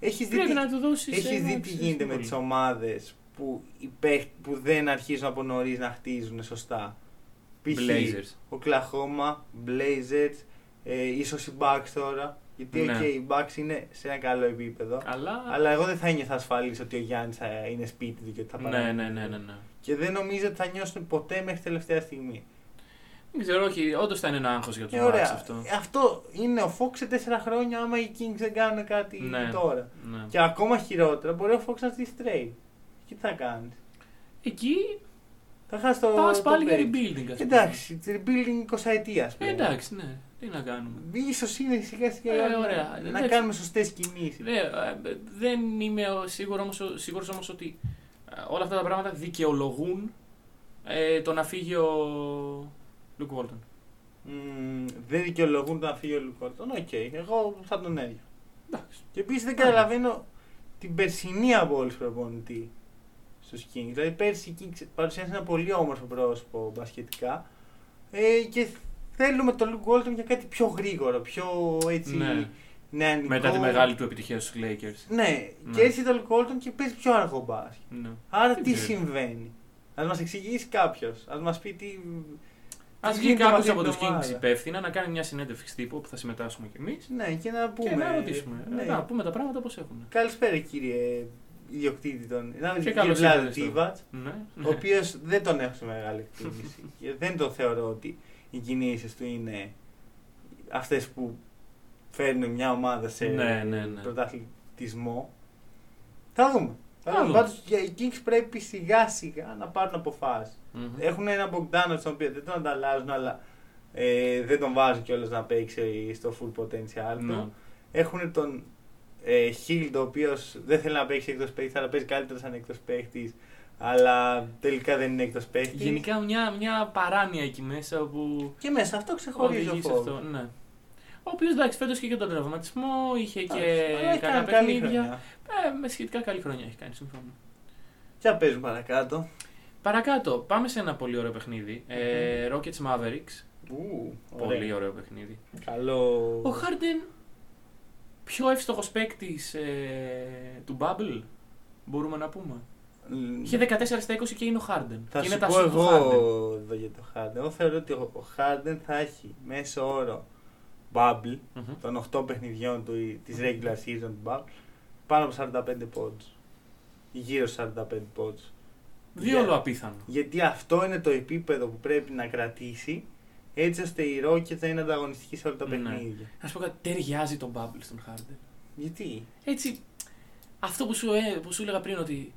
έχει δει, Πρέπει τι, να του δώσεις. έχεις δει ε, ναι, τι γίνεται με τις ομάδες που, οι παίχ- που δεν αρχίζουν από νωρίς να χτίζουν σωστά. Π.χ. Blazers. ο Κλαχώμα, Blazers, ε, ίσως οι Bucks τώρα. Γιατί Ναι. οκ, οι Bucks είναι σε ένα καλό επίπεδο. Αλλά. Αλλά εγώ δεν θα ένιωθα ασφαλής ότι ο Γιάννης είναι σπίτι του και ότι θα Ναι, παραμείνει. ναι, ναι, ναι. ναι. Και δεν νομίζω ότι θα νιώσουν ποτέ μέχρι τελευταία στιγμή. Δεν ξέρω, όχι, όντως θα είναι ένα άγχος για τους Ε, Bucks ωραία. αυτό. Ε, Αυτό είναι ο Fox σε τέσσερα χρόνια άμα οι Kings δεν κάνουν κάτι Ναι. τώρα. Ναι. Και ακόμα χειρότερα μπορεί ο Fox να στήσει trade. Και τι θα κάνεις. Εκεί Θα χάσει το. πας το πάλι για bench. rebuilding. ας πούμε. Εντάξει, rebuilding 20 ετία. Ε, εντάξει, ναι. Τι να κάνουμε. σω είναι σιγά σιγά Ε, να- ωραία. να Εντάξει. κάνουμε σωστές κινήσεις. Ρε, ε, δεν είμαι ο- σίγουρο όμως, ο- σίγουρος όμως ότι ε, όλα αυτά τα πράγματα δικαιολογούν ε, το να φύγει ο Λουκ Βόλτον. δεν δικαιολογούν να φύγει ο Λουκόρτον. Οκ, εγώ θα τον έδιω. Εντάξει. Και επίσης δεν Άντε. καταλαβαίνω την περσινή απόλυση προπονητή στου Kings. Δηλαδή πέρσι οι Kings παρουσιάσαν ένα πολύ όμορφο πρόσωπο μπασχετικά ε, και θέλουμε τον Λουκ Γκόλτον για κάτι πιο γρήγορο, πιο έτσι Ναι. νεανικό. Μετά τη μεγάλη του επιτυχία στους Lakers. Ναι, Ναι. και έρχεται τον Λουκ Γκόλτον και παίζει πιο αργό μπάσκετ. Ναι. Άρα Δεν τι ξέρω. συμβαίνει. Ας μας εξηγήσει κάποιος, ας μας πει τι. Α τι βγει γίνεται κάποιος με από αυτή τους την Kings ομάδα. υπεύθυνα να κάνει μια συνέντευξη τύπου που θα συμμετάσχουμε κι εμείς Ναι, και να πούμε. και να ρωτήσουμε. Ναι. Να πούμε τα πράγματα όπως έχουν. Καλησπέρα κύριε ιδιοκτήτη των. Να μην Και καλώς Βλάδη ήρθατε στο- Τίβατς. Ναι. ο οποίος δεν τον έχω σε μεγάλη εκτίμηση. Και δεν τον θεωρώ ότι οι κινήσεις του είναι αυτές που φέρνουν μια ομάδα σε Ναι, ναι, ναι. πρωταθλητισμό. Θα δούμε. Θα Θα δούμε. δούμε. Πάντως, για οι Kings πρέπει σιγά σιγά να πάρουν αποφάσεις. Μμμ. Έχουν ένα Bogdanovic τον οποίο δεν τον ανταλλάζουν, αλλά ε, δεν τον βάζουν κιόλας να παίξει στο full potential του. Ναι. Έχουν τον ε, Hill, ο οποίος δεν θέλει να παίξει εκτός παίχτη, αλλά παίζει καλύτερα σαν εκτός παίχτη. Αλλά τελικά δεν είναι εκτός παίχτη. Γενικά μια, μια παράνοια εκεί μέσα που Και μέσα αυτό ξεχωρίζει ο οδηγείς σε αυτό. Φόβ. Ναι. Ο οποίος εντάξει φέτος και για τον τραυματισμό είχε και Αλλά έχει καλά κάνει καλή παιχνίδια. χρονιά. Ε, με σχετικά καλή χρονιά έχει κάνει, συμφωνώ. Για παίζουν παρακάτω. Παρακάτω, πάμε σε ένα πολύ ωραίο παιχνίδι. Ε, Μμμ. Rockets Mavericks. Ου, Πολύ ωραίο. ωραίο παιχνίδι. Καλό. Ο Harden, πιο εύστοχος παίκτης ε, του Bubble, μπορούμε να πούμε. Μ, Είχε 14 στα 20 και είναι ο Harden. Ναι. Θα και είναι σου τα πω shoot του εγώ Harden. εδώ για το Harden. Εγώ θεωρώ ότι ο ο Harden θα έχει μέσο όρο bubble Μμμ. των 8 παιχνιδιών του, ή- της regular season του bubble πάνω από 45 πόντους. Γύρω στους 45 πόντους. Διόλου απίθανο. Γιατί αυτό είναι το επίπεδο που πρέπει να κρατήσει έτσι ώστε η Rockets να είναι ανταγωνιστική σε όλα τα Ναι. παιχνίδια. Να σου πω κάτι, ταιριάζει τον Bubble στον Harden. Γιατί? Έτσι, αυτό που σου, ε, που σου έλεγα πριν ότι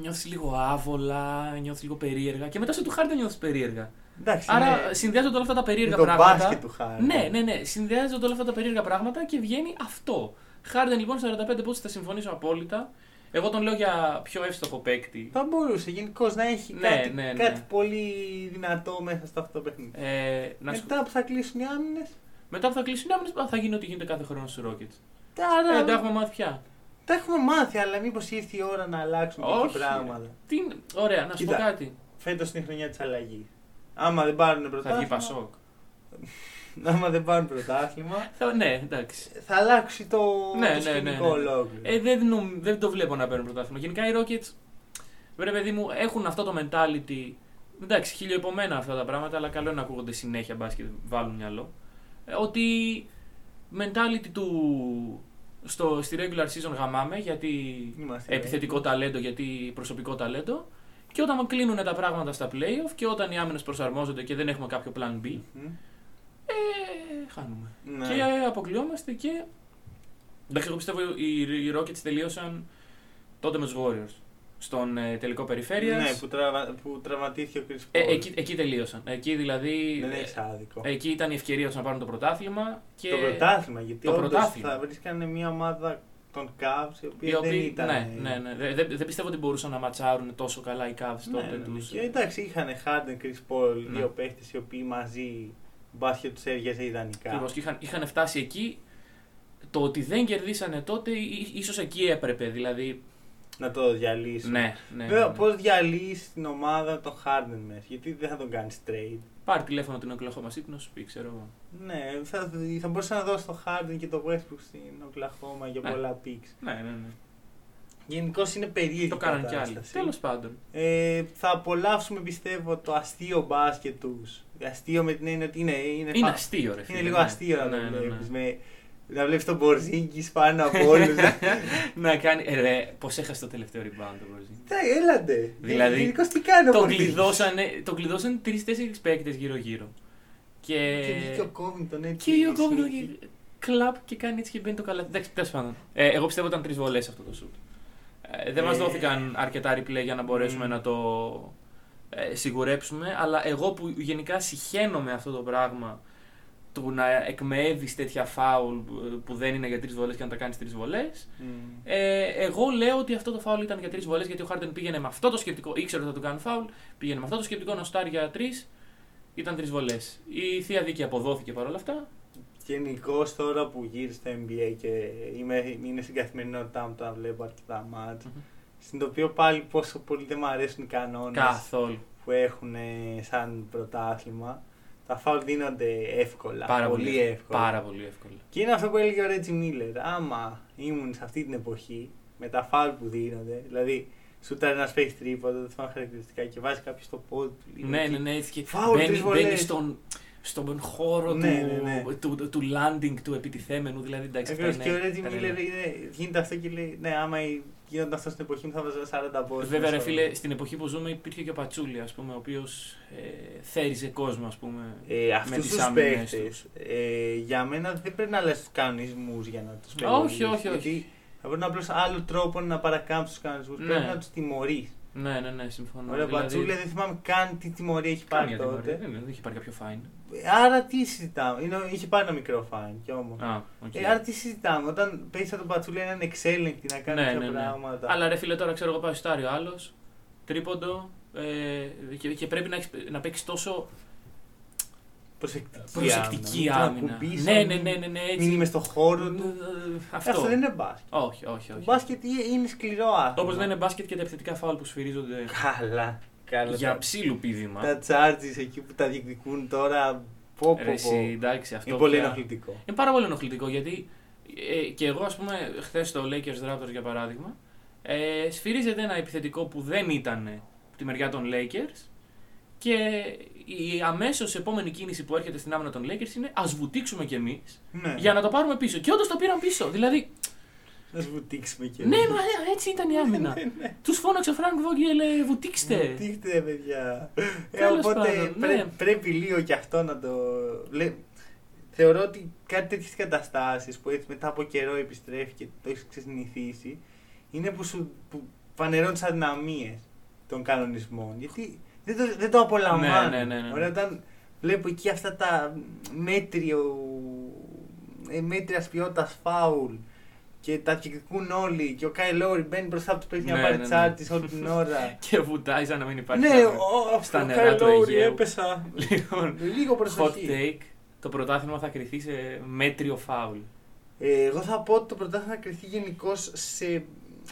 νιώθεις λίγο άβολα, νιώθεις λίγο περίεργα. Και μετά σε του Χάρη δεν νιώθεις περίεργα. Εντάξει, Άρα είναι- συνδυάζονται όλα αυτά τα περίεργα ναι. με το πράγματα. μπάσκετ του Harden. Ναι, ναι, ναι. Συνδυάζονται όλα αυτά τα περίεργα πράγματα και βγαίνει αυτό. Χάρντεν λοιπόν 45 πόντου θα συμφωνήσω απόλυτα. Εγώ τον λέω για πιο εύστοχο παίκτη. Θα μπορούσε γενικώς να έχει Ναι, κάτι, ναι, ναι. κάτι πολύ δυνατό μέσα σε αυτό το παιχνίδι. Ε, να σου- Μετά που θα κλείσουν οι άμυνες. Μετά που θα κλείσουν οι άμυνες, θα γίνει ό,τι γίνεται κάθε χρόνο στους Rockets. Άρα. Ε, τα έχουμε μάθει πια. τα έχουμε μάθει, αλλά μήπως ήρθε η ώρα να αλλάξουν κάποια Όχι. πράγματα. Τι... είναι- Ωραία, να σου πω Κοίτα. κάτι. Φέτος είναι η χρονιά της αλλαγής. Άμα δεν πάρουν Θα βγει πρωτάθλημα. Πασόκ. Άμα δεν πάρουν πρωτάθλημα. Θα... Ναι, εντάξει. Θα αλλάξει το, Ναι, το ναι, ναι, σκηνικό ναι, ναι. ολόκληρο. Ε, δεν, νομ- δεν το βλέπω να παίρνουν πρωτάθλημα. Γενικά οι Rockets, βρε παιδί μου, έχουν αυτό το mentality. Εντάξει, χιλιοεπομένα αυτά τα πράγματα, αλλά καλό είναι να ακούγονται συνέχεια μπάσκετ, βάλουν μυαλό. Ε, ότι mentality του στο, στη regular season γαμάμε, γιατί Είμαστε επιθετικό ταλέντο, γιατί προσωπικό ταλέντο. Και όταν κλείνουν τα πράγματα στα playoff και όταν οι άμυνες προσαρμόζονται και δεν έχουμε κάποιο plan B, Μμμ. ε, χάνουμε. Ναι. Και αποκλειόμαστε και. Εντάξει, εγώ πιστεύω οι, οι Rockets τελείωσαν τότε με τους Warriors. Στον ε, τελικό περιφέρειας. Ναι, που, τραβα... που τραυματήθηκε ο Chris Paul. Ε, εκεί, εκεί τελείωσαν. Εκεί δηλαδή. Δεν έχεις άδικο. ε, εκεί ήταν η ευκαιρία τους να πάρουν το πρωτάθλημα. Και... Το πρωτάθλημα, γιατί το όντως πρωτάθλημα. θα βρίσκανε μια ομάδα των Cavs, η οι οποία δεν οποίοι, ήταν... ναι, ναι, ναι. Δεν δεν- δεν πιστεύω ότι μπορούσαν να ματσάρουν τόσο καλά οι Cavs Ναι, τότε ναι, ναι. τους. Και εντάξει, είχαν Harden, Chris Paul, Ναι. δύο παίχτες οι οποίοι μαζί μπάσκετ τους έβγαζε ιδανικά. Ακριβώς, και είχαν, είχαν φτάσει εκεί. Το ότι δεν κερδίσανε τότε, ί- ίσως εκεί έπρεπε. Δηλαδή, Να το διαλύσουν. ναι, ναι. ναι, Βέβαια, ναι. πώς διαλύεις την ομάδα τον Harden μέσα, γιατί δεν θα τον κάνεις straight. Πάρει τηλέφωνο την Oklahoma City να σου πει, ξέρω εγώ. Ναι, θα, θα μπορούσε να δώσει το Harden και το Westbrook στην Οκλαχώμα για Ναι. πολλά picks. Ναι, ναι, ναι. Γενικώς είναι περίεργη Το η κάνανε κι άλλοι. κατάσταση. Τέλος πάντων. Ε, θα απολαύσουμε πιστεύω το αστείο μπάσκετ τους. Αστείο με την έννοια ότι είναι. Είναι, Είναι φα- αστείο, ρε. είναι φίλε, λίγο ναι. αστείο να Ναι, ναι, το ναι. βλέπεις. Με... Να βλέπεις τον Μπορζίνκη πάνω από ναι. όλους. Να κάνει. ε, Ρε, πώς έχασε το τελευταίο rebound το Μπορζίνκι. Τα έλατε. Δηλαδή, Γενικώς τι κάνει ο Τον Μπορζίνκης. κλειδώσανε, τον κλειδώσανε τρει-τέσσερι παίκτες γύρω-γύρω. Και. Και βγήκε ο Κόβινγκτον έτσι. Και ο Κόβινγκτον και- κλαπ και κάνει έτσι και μπαίνει το καλά. Εντάξει, τέλος πάντων. Ε, εγώ πιστεύω ήταν τρεις βολές αυτό το σουτ. Ε, δεν μας Ε. δόθηκαν αρκετά replay για να μπορέσουμε Μμμ. να το ε, σιγουρέψουμε, αλλά εγώ που γενικά συχαίνω με αυτό το πράγμα του να εκμεύεις τέτοια φάουλ που- που δεν είναι για τρεις βολές και να τα κάνεις τρεις βολές. Μμμ. Ε, εγώ λέω ότι αυτό το φάουλ ήταν για τρεις βολές γιατί ο Χάρντεν πήγαινε με αυτό το σκεπτικό. ήξερε ότι θα του κάνουν φάουλ. Πήγαινε με αυτό το σκεπτικό να στάρει για τρεις. Ήταν τρεις βολές. Η θεία δίκη αποδόθηκε παρόλα αυτά. Γενικώ τώρα που γύρω στο NBA και είμαι, είναι στην καθημερινότητά μου το να βλέπω αρκετά μάτς, Μμμ. συνειδητοποιώ πάλι πόσο πολύ δεν μου αρέσουν οι κανόνες Καθόλου. που έχουν σαν πρωτάθλημα. Τα φάουλ δίνονται εύκολα. Πάρα πολύ, πολύ, εύκολα. Πάρα πολύ εύκολο. Και είναι αυτό που έλεγε ο Ρέτζι Μίλλερ. Άμα ήμουν σε αυτή την εποχή με τα φάουλ που δίνονται, δηλαδή σούταρε ένα παίχτη τρίποντα, δεν θυμάμαι χαρακτηριστικά και βάζει κάποιος στο πόδι του. λίγο Ναι, εκεί. ναι, ναι. έτσι και Φάουλ, τρεις μπαίνει, βολές. μπαίνει στον, στον χώρο Ναι, του, ναι, ναι. Του, του, landing του επιτιθέμενου. Δηλαδή εντάξει. αυτά Ακριβώς, είναι- και ο Ρέτζι αυτά είναι- Μίλλερ είναι- γίνεται αυτό και λέει: Ναι, άμα γίνονταν αυτό στην εποχή μου θα βάζα 40 πόντου. Ε, Βέβαια, ρε φίλε, στην εποχή που ζούμε υπήρχε και ο Πατσούλη, ας πούμε, ο οποίος ε, θέριζε κόσμο, ας πούμε. Ε, αυτούς τις τους άμυνες παίχτες, ε, για μένα δεν πρέπει να αλλάζει τους κανονισμούς για να τους όχι, όχι, όχι. Θα πρέπει να απλώ άλλο τρόπο να παρακάμψεις τους κανονισμούς. Ναι. Πρέπει να τους τιμωρείς. Ναι, ναι, ναι, συμφωνώ. Ωραία, δηλαδή... Μπατσούλια δεν θυμάμαι καν τι τιμωρία έχει πάρει Καμία τότε. τιμωρία, Δεν, Ναι, δεν είχε πάρει κάποιο fine. Άρα τι συζητάμε. Είναι, είχε πάρει ένα μικρό φάιν κι όμως. Α, οκ. Ε, άρα τι συζητάμε. Όταν παίζει τον Μπατσούλια να είναι εξέλιγκτη να κάνει Ναι, τέτοια ναι, ναι. πράγματα. Αλλά ρε φίλε, τώρα ξέρω εγώ πάει στάρι ο άλλος, τρίποντο. Ε, και, και πρέπει να, έχεις- να παίξεις τόσο Προσεκτική, προσεκτική άμυνα. άμυνα. Ναι, ναι, ναι, ναι, ναι, έτσι. Μην είμαι στο χώρο του. Ε, Αυτό. Αυτό. δεν είναι μπάσκετ. Όχι, όχι, Το όχι. μπάσκετ ε- είναι σκληρό άθλημα. Όπως δεν είναι μπάσκετ και τα επιθετικά φάουλ που σφυρίζονται Καλά. Καλά. για τα, ψήλου πίδημα. τα charges εκεί που τα διεκδικούν τώρα. Πω, πω, Ρε, εσύ, πω. εντάξει, αυτό Είναι πολύ πια- ενοχλητικό. Είναι πάρα πολύ ενοχλητικό γιατί ε, και εγώ, ας πούμε, χθες στο Lakers Raptors για παράδειγμα, ε, σφυρίζεται ένα επιθετικό που δεν ήταν από τη μεριά των Lakers και η αμέσως επόμενη κίνηση που έρχεται στην άμυνα των Lakers είναι ας βουτήξουμε κι εμείς Ναι. για να το πάρουμε πίσω. Και όντως το πήραν πίσω. Δηλαδή, Να σου βουτήξουμε και ναι, εμείς. μα ναι, έτσι ήταν η άμυνα. Ναι, ναι. Τους φώναξε ο Φρανκ Βόγγελ, βουτήξτε. Βουτήξτε, ρε, Ναι, παιδιά. Ε, Τέλος οπότε πάντων, πρέ- ναι. πρέπει λίγο και αυτό να το. λέ- Θεωρώ ότι κάτι τέτοιες καταστάσεις που έτσι μετά από καιρό επιστρέφει και το έχεις ξεσυνηθίσει, είναι που, σου, που φανερώνει τι αδυναμίες των κανονισμών. Γιατί δεν το, δεν το απολαμβάνω. Ναι, ναι, ναι, ναι. Ωραία, όταν βλέπω εκεί αυτά τα μέτριο, ε, μέτριας ποιότητας φάουλ και τα κυκλικούν όλοι και ο Κάι Λόρι μπαίνει μπροστά από του παίκτε Ναι, να πάρει ναι, ναι. τσάρτη όλη την ώρα. Και βουτάει σαν να μην υπάρχει. ναι, αύριο. ο, ο, στα ο νερά Κάι του Λόρι Αιγαίου. έπεσα. Λοιπόν, Λίγο hot προσοχή. take. Το πρωτάθλημα θα κριθεί σε μέτριο φάουλ. Ε, εγώ θα πω ότι το πρωτάθλημα θα κρυθεί γενικώς σε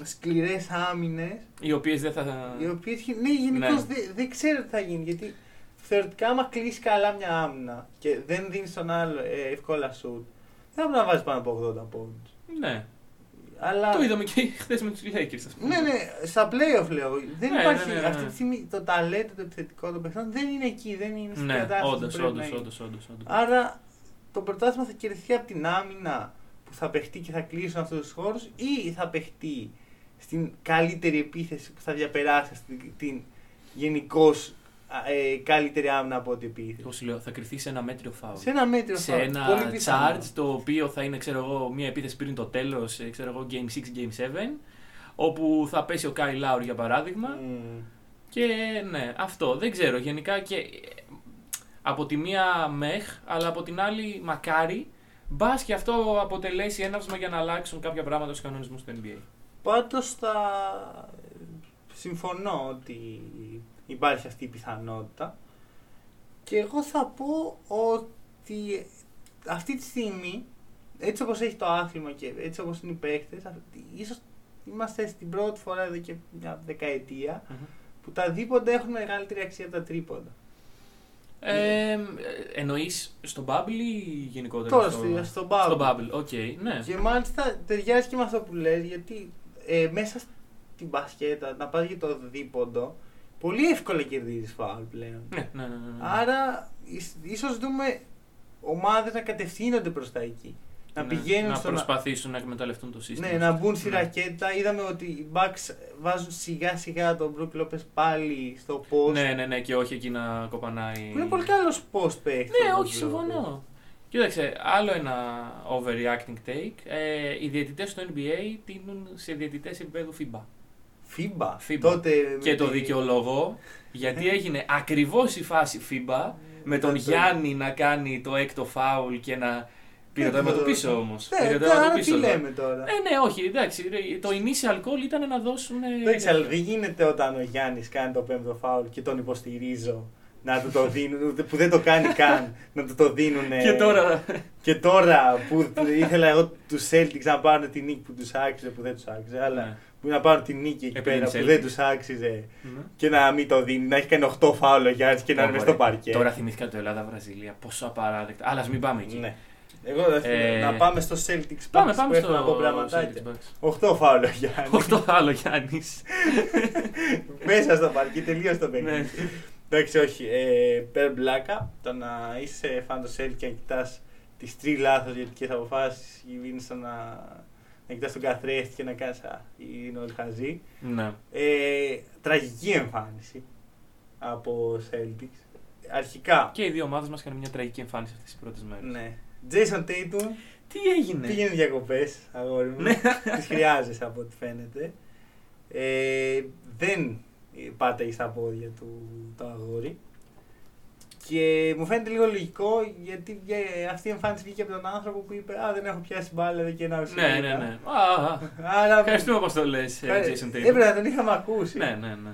σκληρές άμυνες. Οι οποίες δεν θα. Οι οποίες. Ναι, γενικώς Ναι. δεν δεν ξέρω τι θα γίνει. Γιατί θεωρητικά, άμα κλείσει καλά μια άμυνα και δεν δίνεις τον άλλο ε, εύκολα σουτ, δεν θα πρέπει να βάζεις πάνω από 80 πόντους. Ναι. Αλλά. Το είδαμε και χθες με τους Lakers, ας πούμε. Ναι, ναι, στα playoff λέω. Δεν Ναι, υπάρχει. ναι, ναι, ναι. Αυτή τη στιγμή το ταλέντο, το επιθετικό των παιχνών δεν είναι εκεί. Δεν είναι στην Ναι, κατάσταση. που όντως, πρέπει να είναι. όντως, όντως. Άρα το πρωτάθλημα θα κερδιθεί από την άμυνα που θα παιχτεί και θα κλείσουν αυτούς τους χώρους ή θα παιχτεί στην καλύτερη επίθεση που θα διαπεράσει αυτή την, την γενικώ ε, καλύτερη άμυνα από ό,τι επίθεση. Εγώ σου λέω, θα κριθεί σε ένα μέτριο φάουλ. Σε ένα μέτριο σε θα- ένα πιθανό. charge το οποίο θα είναι ξέρω εγώ, μια επίθεση πριν το τέλος, ξέρω εγώ, Game 6, Game 7. Όπου θα πέσει ο Κάι Λάουρ για παράδειγμα. Μμμ. Και ναι, αυτό δεν ξέρω. Γενικά και ε, από τη μία μεχ, αλλά από την άλλη μακάρι. Μπας και αυτό αποτελέσει έναυσμα για να αλλάξουν κάποια πράγματα στους κανονισμούς του NBA. Πάντως θα συμφωνώ ότι υπάρχει αυτή η πιθανότητα και εγώ θα πω ότι αυτή τη στιγμή έτσι όπως έχει το άθλημα και έτσι όπως είναι οι παίκτες αυτή- ίσως είμαστε στην πρώτη φορά εδώ και μια δεκαετία που τα δίποντα έχουν μεγαλύτερη αξία από τα τρίποντα. Ε, Εννοείς στον Bubble ή γενικότερα. Τώρα στο- στο, στο μπάμπι. Στον Bubble, οκ, ναι. Και μάλιστα ταιριάζει και με αυτό που λες, γιατί ε, μέσα στην μπασκέτα να πας για το δίποντο, πολύ εύκολα κερδίζεις φάουλ πλέον. Ναι, ναι, ναι, ναι, ναι. Άρα ίσ- ίσως δούμε ομάδες να κατευθύνονται προς τα εκεί. Να Ναι, πηγαίνουν να στο προσπαθήσουν να εκμεταλλευτούν το σύστημα. ναι, να μπουν στη Ναι. ρακέτα. Είδαμε ότι οι Bucks βάζουν σιγά σιγά τον Μπρουκ Λόπες πάλι στο post. Ναι, ναι, ναι, και όχι εκεί να κοπανάει. Που είναι πολύ καλός post παίχτης. Ναι, ο όχι, Brook Lopez. συμφωνώ. Κοίταξε, άλλο ένα overreacting take. Ε, οι διαιτητές στο NBA τίνουν σε διαιτητές επίπεδου FIBA. Φίμπα. Φίμπα. Τότε με Και το τη- δικαιολογώ, γιατί έγινε ακριβώς η φάση FIBA με τον Ναι, το- Γιάννη να κάνει το έκτο φάουλ και να. Πήρε το αίμα το- του πίσω όμως. Ναι, άρα Ε, τι λέμε τώρα. Ε, ναι, όχι, εντάξει. ρε, Το initial call ήταν να δώσουν. Εντάξει, ε. αλλά δεν γίνεται όταν ο Γιάννης κάνει το πέμπτο φάουλ και τον υποστηρίζω να του το δίνουν, ούτε- που δεν το κάνει καν, να του το δίνουν. Ναι. Και τώρα. και τώρα που ήθελα εγώ τους Celtics να πάρουν την νίκη που τους άξιζε, που δεν τους άξιζε, αλλά Ναι. που να πάρουν την νίκη εκεί Επειδή πέρα είναι που Celtics. δεν τους άξιζε Ναι. και να μην το δίνει, να έχει κάνει 8 φάουλ ο Γιάννης και να Ω, είναι μες μωρέ. στο παρκέ. Τώρα θυμήθηκα το Ελλάδα-Βραζιλία. Πόσο απαράδεκτα. Αλλά ας μην πάμε εκεί. Ναι. Εγώ δεν θυμάμαι. Ε, να πάμε στο Celtics. Πάμε, Bucks, που πάμε έχω στο. να πω Celtics πραγματάκια. Bucks. 8 φάουλ ο Γιάννης. Όχι το άλλο Γιάννης. Μέσα στο παρκή, τελείω το Ναι. παιχνίδι. Εντάξει, όχι. Ε, πέρα μπλάκα, το να είσαι φαν του Σέλ και να κοιτάς τις τρεις λάθος διαιτητικές αποφάσεις, είναι σαν να, να κοιτάς τον καθρέφτη και να κάνεις είναι όλοι χαζοί. ναι. Ε, τραγική εμφάνιση από Celtics. Αρχικά. Και οι δύο ομάδες μας κάνουν μια τραγική εμφάνιση αυτές τις πρώτες μέρες. Ναι. Jason Tatum Τι έγινε. πήγαινε διακοπές, αγόρι μου. Ναι. Τις χρειάζεσαι από ό,τι φαίνεται. Ε, δεν πάταγε στα πόδια του το αγόρι. Και μου φαίνεται λίγο λογικό γιατί βγε- αυτή η εμφάνιση βγήκε από τον άνθρωπο που είπε Α, δεν έχω πιάσει μπάλα εδώ και ένα μισό ναι, ναι, μήνα». ναι. Α, Άρα. Ευχαριστούμε όπω το λες, Χάρη- Jason Έπρεπε Tatum. να τον είχαμε ακούσει. Ναι, ναι, ναι.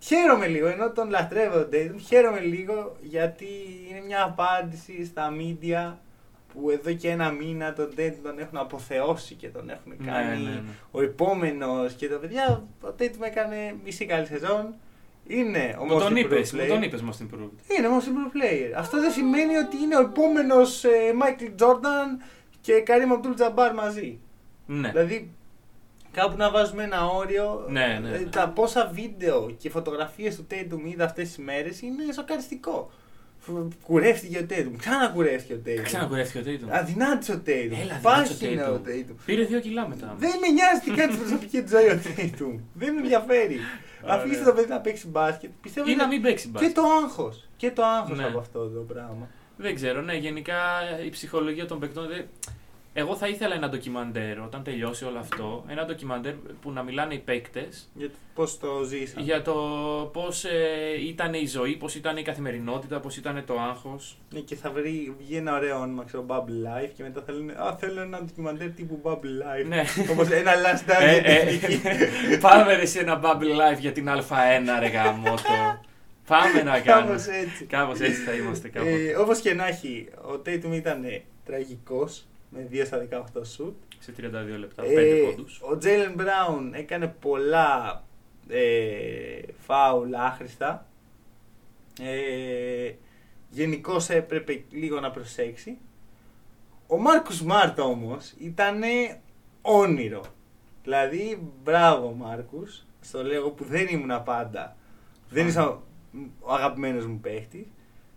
Χαίρομαι λίγο, ενώ τον λατρεύω τον Tatum, χαίρομαι λίγο γιατί είναι μια απάντηση στα μίντια που εδώ και ένα μήνα τον Tatum τον έχουν αποθεώσει και τον έχουν Ναι, κάνει ναι, ναι. ο επόμενος και τα παιδιά. Ο Tatum έκανε μισή καλή σεζόν. Είναι Ε, ο Μου τον most είπες, improved μου player. τον είπες, most improved. Είναι most improved player. Αυτό δεν σημαίνει ότι είναι ο επόμενος Michael Jordan και Karim Abdul Jabbar μαζί. Ναι. Δηλαδή, κάπου να βάζουμε ένα όριο. Ναι, ναι, Ε, ναι. Τα πόσα βίντεο και φωτογραφίες του Tatum είδα αυτές τις μέρες είναι σοκαριστικό. Φου- Κουρεύτηκε ο Tatum. Ξανακουρεύτηκε ο Tatum. Ξανακουρεύτηκε ο Tatum. Αδυνάτησε ο Tatum. Έλα, Πάσχηνε ε, δυνάτσε ο ο Tatum. Πήρε δύο κιλά μετά. Δεν με νοιάζει τι κάνει στην προσωπική του ζωή ο Tatum. Δεν με ενδιαφέρει. Ωραία. Αφήστε το παιδί να παίξει μπάσκετ. Πιστεύω Ή να είναι- μην παίξει μπάσκετ. Και το άγχος. Και το άγχος Ναι. από αυτό το πράγμα. Δεν ξέρω, ναι, γενικά η ψυχολογία των παικτών δεν... Εγώ θα ήθελα ένα ντοκιμαντέρ όταν τελειώσει όλο αυτό. Ένα ντοκιμαντέρ που να μιλάνε οι παίκτες Γιατί πώς το ζήσαμε. για το πώς ε, ήταν η ζωή, πώς ήταν η καθημερινότητα, πώς ήταν το άγχος. Ναι, και θα βρει, βγει ένα ωραίο όνομα, ξέρω, Bubble Life και μετά θα λένε Α, θέλω ένα ντοκιμαντέρ τύπου Bubble Life. Ναι. Όπως ένα last dance Ε, για την ε, εθνική. Πάμε ρε σε ένα bubble life για την Α1 ρε γαμότο. Πάμε ε, να Κάπως κάνουμε. έτσι. Κάπως έτσι θα είμαστε κάποτε. Ε, Όπως και να έχει, ο Tatum ήταν ε, τραγικός με 2 στα 18 σουτ. Σε 32 λεπτά, 5 Ε, πόντους. ο Jalen Brown έκανε πολλά ε, φάουλ άχρηστα. Ε, Γενικώς έπρεπε λίγο να προσέξει. Ο Μάρκους Μάρτα όμως ήταν όνειρο. Δηλαδή, μπράβο Μάρκους, στο λέγω που δεν ήμουν πάντα. Δεν Α. είσαι ο- ο αγαπημένος μου παίχτης.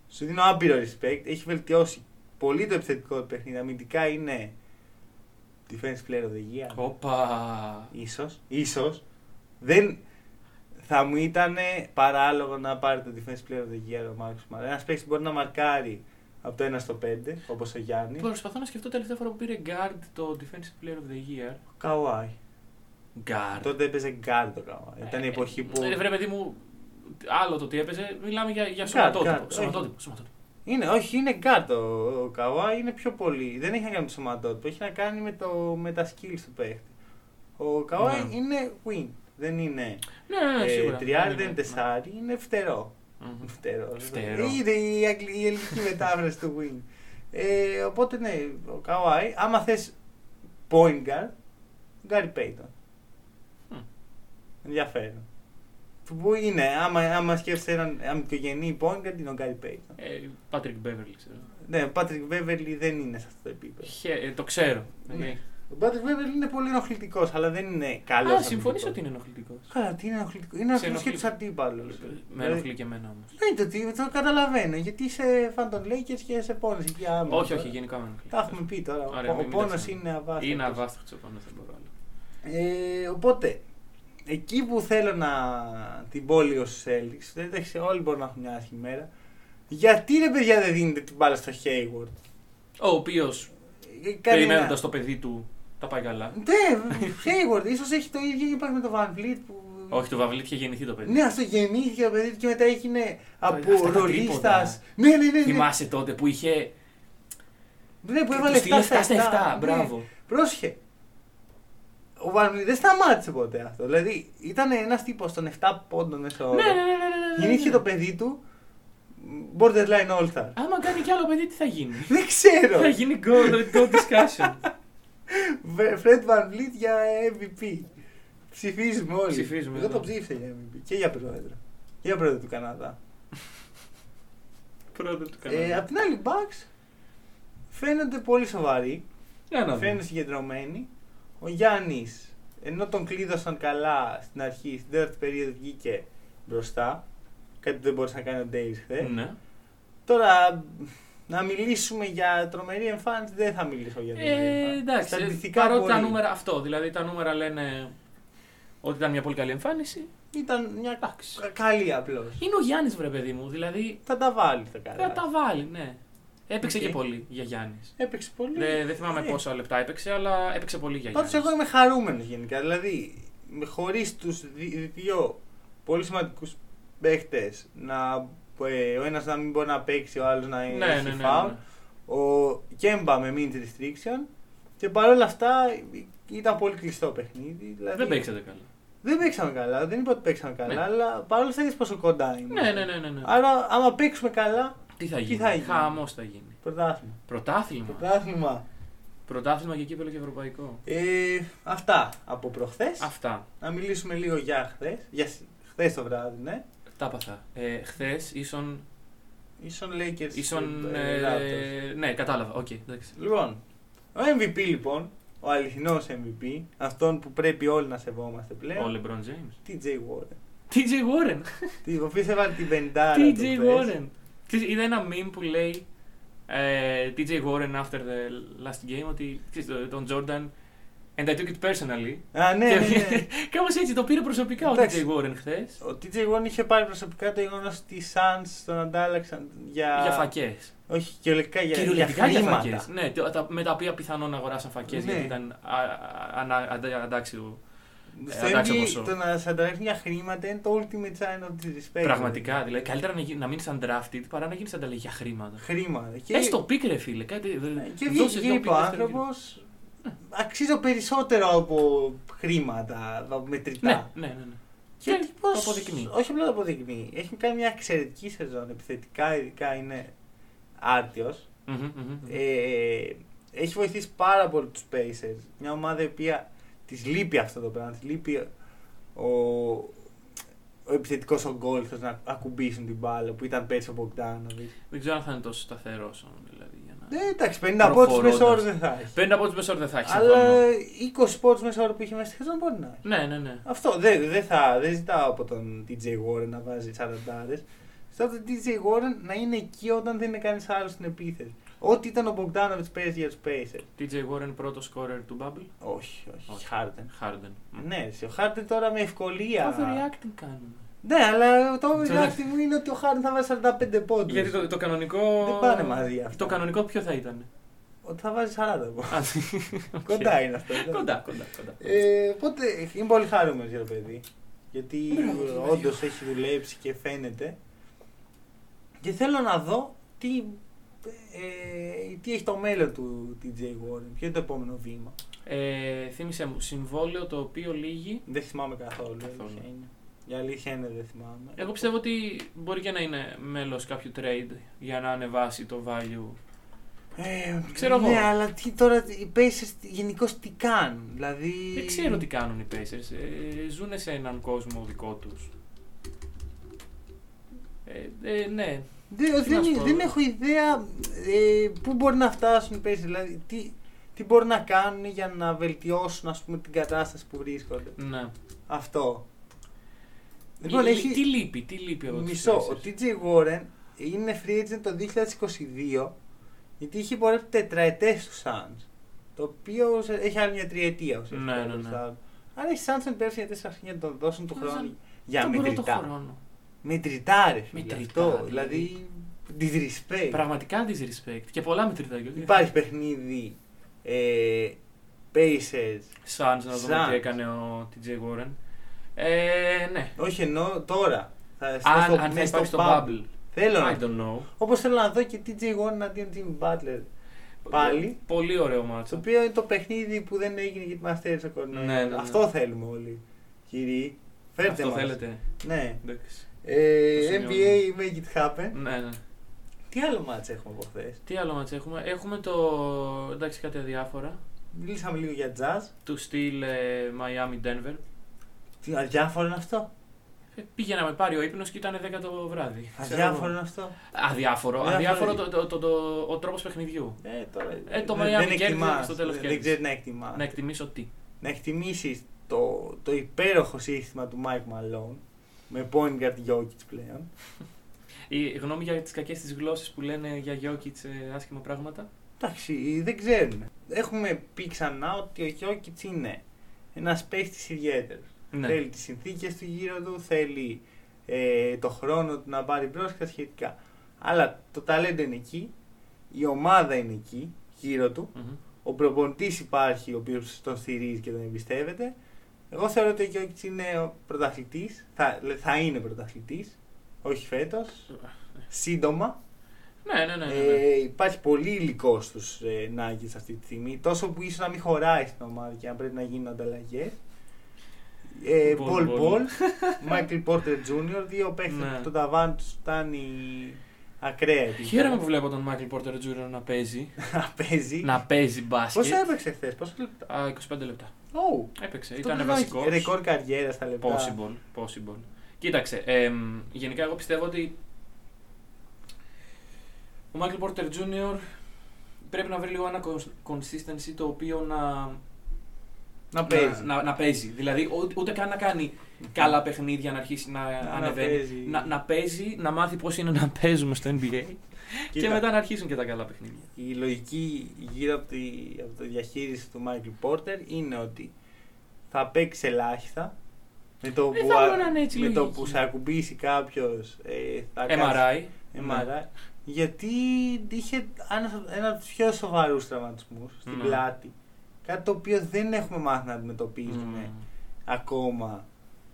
Σου δίνω άμπειρο respect. Έχει βελτιώσει πολύ το επιθετικό του παιχνίδι. Αμυντικά είναι defense player of the year. Όπα. Ίσως, ίσως. Δεν... Θα μου ήταν παράλογο να πάρει το defense player of the year ο Μάρκος Μαρ. Ένας παίκτης μπορεί να μαρκάρει από το 1 στο 5, όπως ο Γιάννης. Προσπαθώ να σκεφτώ τελευταία φορά που πήρε guard το Defensive Player of the Year. Καουάι. Guard. Τότε έπαιζε γκάρ το Καουάι. Ήταν η εποχή που... Ε, Ρε παιδί μου, άλλο το τι έπαιζε, μιλάμε για, για Guard, σωματότυπο. guard, Σωματότυπο, όχι. σωματότυπο. Είναι, όχι, είναι γκάρ το ο Καουάι. Είναι πιο πολύ. Δεν έχει να κάνει με το σωματότυπο. Έχει να κάνει με, το, με τα skills του παίχτη. Ο Καουάι Ναι. είναι win. Δεν είναι Ναι, ναι, ναι, σίγουρα. ε, τριάρι, δεν είναι Ναι. τεσάρι. Είναι φτερό. Μμμ. Φτερό. Φτερό. Είναι η, αγγλ- η ελληνική μετάφραση του Wing. Ε, οπότε ναι, ο Καουάι, άμα θες point guard, Γκάρι Πέιτον. Μμ. Ενδιαφέρον. Που είναι, άμα, άμα σκέφτεσαι έναν αμυντικογενή point guard, είναι ο Γκάρι Πέιτον. Ε, Patrick Beverly, ξέρω. Ναι, ο Πάτρικ Βέβερλι δεν είναι σε αυτό το επίπεδο. Χε- ε, το ξέρω. Ναι. Ε, Ο Πάτρικ Βέβερλι είναι πολύ ενοχλητικός, αλλά δεν είναι καλός. Α, συμφωνείς ότι είναι ενοχλητικός. Καλά, τι είναι ενοχλητικό. Είναι Δηλαδή- Σε ενοχλητικό και τους ενοχλεί. Ε, αντίπαλου. Με ενοχλεί και εμένα όμως. Εννοείται ότι το καταλαβαίνω, γιατί είσαι φαν των Lakers και σε πόνες εκεί άμα. Όχι, όχι, γενικά με ενοχλεί. Τα έχουμε πει τώρα. Ωραία, ο μην- μην τα πόνο ξαναπούμε. είναι αβάσταχτος. Είναι αβάσταχτο ο πόνος, δεν μπορώ άλλο. Ε, οπότε, εκεί που θέλω να την πω λίγο στους Celtics, δεν εντάξει, όλοι μπορούν να έχουν μια άσχημη μέρα. Γιατί ρε παιδιά δεν δίνετε την μπάλα στο Hayward. Ο οποίος Ε, κάνει περιμένοντα ένα- το παιδί του τα πάει καλά. Ναι, Hayward, ίσως έχει το ίδιο και υπάρχει με το Van Vliet που. Όχι, το Βαβλίτ είχε γεννηθεί το παιδί. Ναι, αυτό γεννήθηκε παιδί του και μετά έγινε από αυτά τα ρολίστα. τρίποτα. Ναι, ναι, ναι. ναι. Θυμάσαι τότε που είχε. Ναι, που του έβαλε στείλε 7 στα 7. στα 7. ναι. Μπράβο. Πρόσχε. Ο Βαρμιλ δεν σταμάτησε ποτέ αυτό. Δηλαδή ήταν ένας τύπος των 7 πόντων μέσα Ναι, ναι, ναι, ναι, ναι, ναι. Γεννήθηκε ναι. το παιδί του. Borderline All Star. Άμα κάνει κι άλλο παιδί, τι θα γίνει. Δεν ξέρω. θα γίνει go, go discussion. Βε- Fred Van Vliet για MVP. Ψηφίζουμε όλοι. Ψηφίζουμε, ναι. Εγώ εδώ. το ψήφισα για MVP και για πρόεδρο. Και Για πρόεδρο του Καναδά. Πρώτα του κανένα. Ε, απ' την άλλη, Bucks φαίνονται πολύ σοβαροί. Για να δούμε. Φαίνονται συγκεντρωμένοι. Ο Γιάννης, ενώ τον κλείδωσαν καλά στην αρχή, στην τέταρτη περίοδο βγήκε μπροστά. Κάτι που δεν μπορούσε να κάνει ο Ντέιβις χθες. Ναι. Τώρα, να μιλήσουμε για τρομερή εμφάνιση, δεν θα μιλήσω για τρομερή Ε, εμφάνιση. εντάξει, Στατιστικά παρότι τα μπορεί. νούμερα αυτό, δηλαδή τα νούμερα λένε ότι ήταν μια πολύ καλή εμφάνιση. Ήταν μια Εντάξει. κα- καλή απλώς. Είναι ο Γιάννης, βρε παιδί μου. Δηλαδή Θα τα βάλει τα καλά. θα τα βάλει, ναι. Έπαιξε Οκ. και πολύ για Γιάννης. Έπαιξε πολύ. Ναι, Δεν δεν θυμάμαι Ε, πόσα λεπτά έπαιξε, αλλά έπαιξε πολύ για Πάντως, Γιάννης. εγώ είμαι χαρούμενος γενικά. Δηλαδή, χωρίς τους δύο πολύ σημαντικούς παίχτες να. ε, ο ένας να μην μπορεί να παίξει, ο άλλος να είναι Ναι, ναι, ναι, ναι. foul, Ο Κέμπα με mint restriction. Και παρόλα αυτά ήταν πολύ κλειστό παιχνίδι. Δηλαδή, Δεν παίξατε καλά. Δεν παίξαμε καλά, δεν είπα ότι παίξαμε καλά, Ναι. αλλά παρόλα αυτά είδες πόσο κοντά είναι. Ναι, ναι, ναι, ναι. ναι. Άρα, άμα παίξουμε καλά, Τι θα τι γίνει. θα γίνει. Χαμός θα γίνει. πρωτάθλημα. Πρωτάθλημα. Πρωτάθλημα. Πρωτάθλημα και κύπελο και ευρωπαϊκό. Ε, αυτά από προχθές. Αυτά. Να μιλήσουμε λίγο για χθες. Για χθες το βράδυ, ναι. Τα παθά. Ε, Χθες ήσον. Ίσον Lakers. ήσον ε, Raptors. ε, ναι, κατάλαβα. Οκ, εντάξει. Λοιπόν, ο MVP λοιπόν, ο αληθινός MVP, αυτόν που πρέπει όλοι να σεβόμαστε πλέον. Ο LeBron James. TJ Warren. TJ Warren. Τι- Ο οποίος έβαλε την πεντάρα. του TJ χθες. Warren. Ξέρεις, είδα ένα meme που λέει ε, TJ Warren after the last game ότι ξέρεις, το- τον Jordan And I took it personally. Α, ναι, Και- ναι, ναι. Κάπως έτσι το πήρε προσωπικά ο Εντάξει. DJ Warren χθες. Ο TJ Warren είχε πάρει προσωπικά το γεγονός ότι οι Suns τον αντάλλαξαν για. Για φακές. Όχι, κυριολεκτικά για, για Κυριολεκτικά για χρήματα. φακές. Ναι, τα- τα- με τα οποία πιθανόν αγοράσαν φακές Ναι. γιατί ήταν α, α, ανα- αντα- αντάξιο. Στο Ε, εντάξει, NBA ποσό. το να σε ανταλλάξει για χρήματα είναι το ultimate sign of disrespect. Πραγματικά. Δηλαδή, καλύτερα να, γι- να μείνεις undrafted παρά να γίνεις ανταλλαγή για χρήματα. Χρήματα. Και... Έστω πικ, ρε φίλε. Κάτι, δε- Ε, Και δώσε βγήκε δύο είπε ο πικ δεύτερο άνθρωπος. Αξίζω περισσότερο από χρήματα από μετρητά. γύρο. Ναι, ναι, ναι. ναι. Και Ναι, ο τύπος- το αποδεικνύει. Όχι απλά το αποδεικνύει. Έχει κάνει μια εξαιρετική σεζόν. Επιθετικά, ειδικά είναι άρτιο. Μμμ, μμμ, μμμ. Ε, έχει βοηθήσει πάρα πολύ τους Pacers. Μια ομάδα η οποία της λείπει αυτό το πράγμα. Της λείπει ο, ο επιθετικός ογκόλυθο να ακουμπήσουν την μπάλα που ήταν πέρσι ο Μπογκδάνοβιτ. Δεν ξέρω αν θα είναι τόσο σταθερός όμως, δηλαδή. Για να... Ε, εντάξει, 50 πόντου Προχωρώντας. μέσα όρο δεν θα έχει. 50 από του μεσόρου δεν θα έχει. Αλλά συμφωνώ. 20 πόντους μέσα όρο που είχε μέσα στη σεζόν μπορεί να έχει. Ναι, ναι, ναι. Αυτό δεν δεν θα, δεν ζητάω από τον DJ Warren να βάζει 40 Ζητάω από τον DJ Warren να είναι εκεί όταν δεν είναι κανείς άλλος στην επίθεση. Ό,τι ήταν ο Μπογκδάνοβιτ πέρσι για τους Pacers. TJ Warren πρώτο scorer του Bubble. Όχι, όχι. Όχι. Χάρτεν. Harden. Ναι, εσύ, ο Χάρτεν τώρα με ευκολία. Overreacting κάνουμε. Ναι, αλλά το Ξέρω. overreacting μου είναι ότι ο Χάρτεν θα βάζει 45 πόντους. Γιατί το, το κανονικό. Δεν πάνε μαζί αυτά. Το κανονικό ποιο θα ήταν. Ότι θα βάζει 40 πόντους. Α, οκ. Κοντά είναι αυτό. εντάξει. Κοντά, κοντά. κοντά. Ε, οπότε είμαι πολύ χαρούμενος για το παιδί. Γιατί Μπράβο, το παιδί. όντως έχει δουλέψει και φαίνεται. Και θέλω να δω τι, ε, τι έχει το μέλλον του TJ Warren. Ποιο είναι το επόμενο βήμα. Ε, θύμισε μου, συμβόλαιο το οποίο λύγει. Δεν θυμάμαι καθόλου. η Καθόλου. αλήθεια είναι. Η αλήθεια είναι δεν θυμάμαι. Εγώ πιστεύω ότι μπορεί και να είναι μέλος κάποιου trade για να ανεβάσει το value. Ε, Ξέρω ναι, εγώ. αλλά τι τώρα οι Pacers γενικώς τι κάνουν. Δηλαδή... Δεν ξέρω τι κάνουν οι Pacers. Ε, ζουν σε έναν κόσμο δικό τους. Ε, ε, ναι, Δεν, Τι να σου δεν, πω. δεν έχω ιδέα ε, πού μπορεί να φτάσουν οι Pacers, δηλαδή τι, τι μπορεί να κάνουν για να βελτιώσουν ας πούμε, την κατάσταση που βρίσκονται. ναι. Αυτό. Λοιπόν, Τι λείπει, τι λείπει από τους μισό. Pacers? Ο TJ Warren είναι free agent το 2022 γιατί είχε πορεύει τετραετές του Suns. Το οποίο ουσια- έχει άλλη μια τριετία ουσιαστικά. Ναι, ναι, τους ναι. Suns. Άρα οι Suns τον πέρσι για τέσσερα χρόνια να τον δώσουν του Τον χρόνου δώσαν για τον πρώτο μετρητά. χρόνο. Μετρητά, ρε φίλε, Μετρητά, αυτό. Δηλαδή, δηλαδή. disrespect. Πραγματικά disrespect. Και πολλά μετρητά κιόλα. Υπάρχει παιχνίδι ε, Pacers. Suns, να δούμε Suns. τι έκανε ο TJ Warren. Ε, ναι. Όχι εννοώ τώρα. Θα, Αν, Ε, στο- αν θα μες στο υπάρχει στο bubble. Θέλω I να don't know. Όπως θέλω να δω και TJ Warren αντίον Jimmy Butler. Πάλι. Πολύ ωραίο Το μάτσο. οποίο είναι το παιχνίδι που δεν έγινε γιατί μα στέρισε ο κορονοϊός. Ναι, ναι, ναι. Αυτό θέλουμε όλοι. Κύριοι, φέρτε Αυτό μας. θέλετε. Ναι. Εντάξει. Ε, Το NBA σημειώνω. Make It Happen. Ναι, ναι. Τι άλλο μάτς έχουμε από χθες. Τι άλλο μάτσο έχουμε. Έχουμε το. Εντάξει, κάτι αδιάφορα. Μιλήσαμε λίγο για jazz. Του στυλ ε, Miami Denver. Τι αδιάφορο είναι αυτό. Ε, πήγε να με πάρει ο ύπνος και ήταν 10 το βράδυ. Ξέρω Αδιάφορο εγώ. είναι αυτό. Αδιάφορο. Αδιάφορο Αδιάφορο είναι. το, το, το, το- ο τρόπος παιχνιδιού. Ε, τώρα, Ε, το δεν- Miami δεν κέρδισε εκτιμάς. στο τέλος Δεν- Δεν Ναι. κέρδισε. ξέρεις να εκτιμάς. Να εκτιμήσω τι. να εκτιμήσεις το, το υπέροχο σύστημα του Mike Malone με point guard Jokic πλέον. Η γνώμη για τις κακές της γλώσσες που λένε για Γιώκητ άσχημα πράγματα. Εντάξει, δεν ξέρουμε. Έχουμε πει ξανά ότι ο Jokic είναι ένας παίχτης ιδιαίτερος. Ναι. Θέλει τις συνθήκες του γύρω του, θέλει ε, το χρόνο του να πάρει μπρος και τα σχετικά. Αλλά το ταλέντο είναι εκεί, η ομάδα είναι εκεί γύρω του, Μμμ. ο προπονητής υπάρχει ο οποίος τον στηρίζει και τον εμπιστεύεται. Εγώ θεωρώ ότι ο Γιώκητς είναι ο πρωταθλητής, θα, θα είναι πρωταθλητής, όχι φέτος, σύντομα. Ναι, ναι, ναι. ναι, ναι. Ε, υπάρχει πολύ υλικό στους ε, Nuggets αυτή τη στιγμή, τόσο που ίσως να μην χωράει στην ομάδα και να πρέπει να γίνουν ανταλλαγές. Ε, Ball, Paul Ball. Ball, Michael Porter Jr., δύο παίχτες Ναι. που το ταβάνι τους φτάνει ακραία. επίπεδα. Χαίρομαι που βλέπω τον Μάικλ Πόρτερ Τζούριον να παίζει. να παίζει. να παίζει μπάσκετ. Πώς έπαιξε χθες, πόσα λεπτά. Α, 25 λεπτά. Ου. Έπαιξε. Αυτό Ήταν πρέπει να έχει βασικός. Ρεκόρ καριέρα στα λεπτά. Possible, possible. Κοίταξε, εμ, γενικά εγώ πιστεύω ότι ο Μάικλ Πόρτερ Τζούνιορ πρέπει να βρει λίγο ένα cons- consistency το οποίο να, Να παίζει. να, να, να παίζει. Δηλαδή, ό, ούτε καν να κάνει καλά παιχνίδια, να αρχίσει να, ανεβαίνει. παίζει. Να, να παίζει, να μάθει πώς είναι να παίζουμε στο NBA και Κοίτα. μετά να αρχίσουν και τα καλά παιχνίδια. Η λογική γύρω από τη, από τη διαχείριση του Μάικλ Πόρτερ είναι ότι θα παίξει ελάχιστα. Με το, Ε, που, θα α- μπορεί να είναι έτσι με το λογική. που σε ακουμπήσει κάποιος. Ε, θα κάτσει- MRI. MRI. Ναι. Γιατί είχε ένα, ένα από τους πιο σοβαρούς τραυματισμούς στην Ναι. πλάτη. Κάτι το οποίο δεν έχουμε μάθει να αντιμετωπίζουμε Mm. ακόμα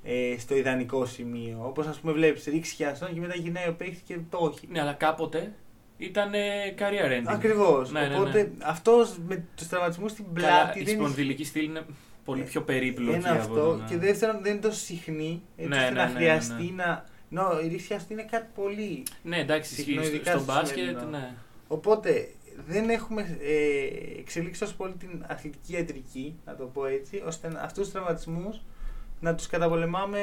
ε, στο ιδανικό σημείο. Όπως ας πούμε, βλέπεις ρίξει χιαστόν και μετά γυρνάει ο παίχτη και το όχι. Ναι, αλλά κάποτε ήταν career ending. Ακριβώς. Ναι, ναι, ναι. Οπότε αυτός με τους τραυματισμούς στην Καλά, πλάτη η δεν είναι. σπονδυλική στήλη είναι πολύ πιο περίπλοκη. Ένα από ε. αυτό. το- Και δεύτερον, δεν είναι τόσο συχνή. Έτσι Ναι, ώστε ναι, να ναι, ναι, χρειαστεί ναι. να. Νο, η ρίξη χιαστόν είναι κάτι πολύ. Ναι, εντάξει, Συχνό, ισχύει. στο- ειδικά Στο στο μπάσκετ, σημερινό. ναι. Οπότε δεν έχουμε ε, εξελίξει τόσο πολύ την αθλητική ιατρική, να το πω έτσι, ώστε να- αυτούς τους τραυματισμούς να τους καταπολεμάμε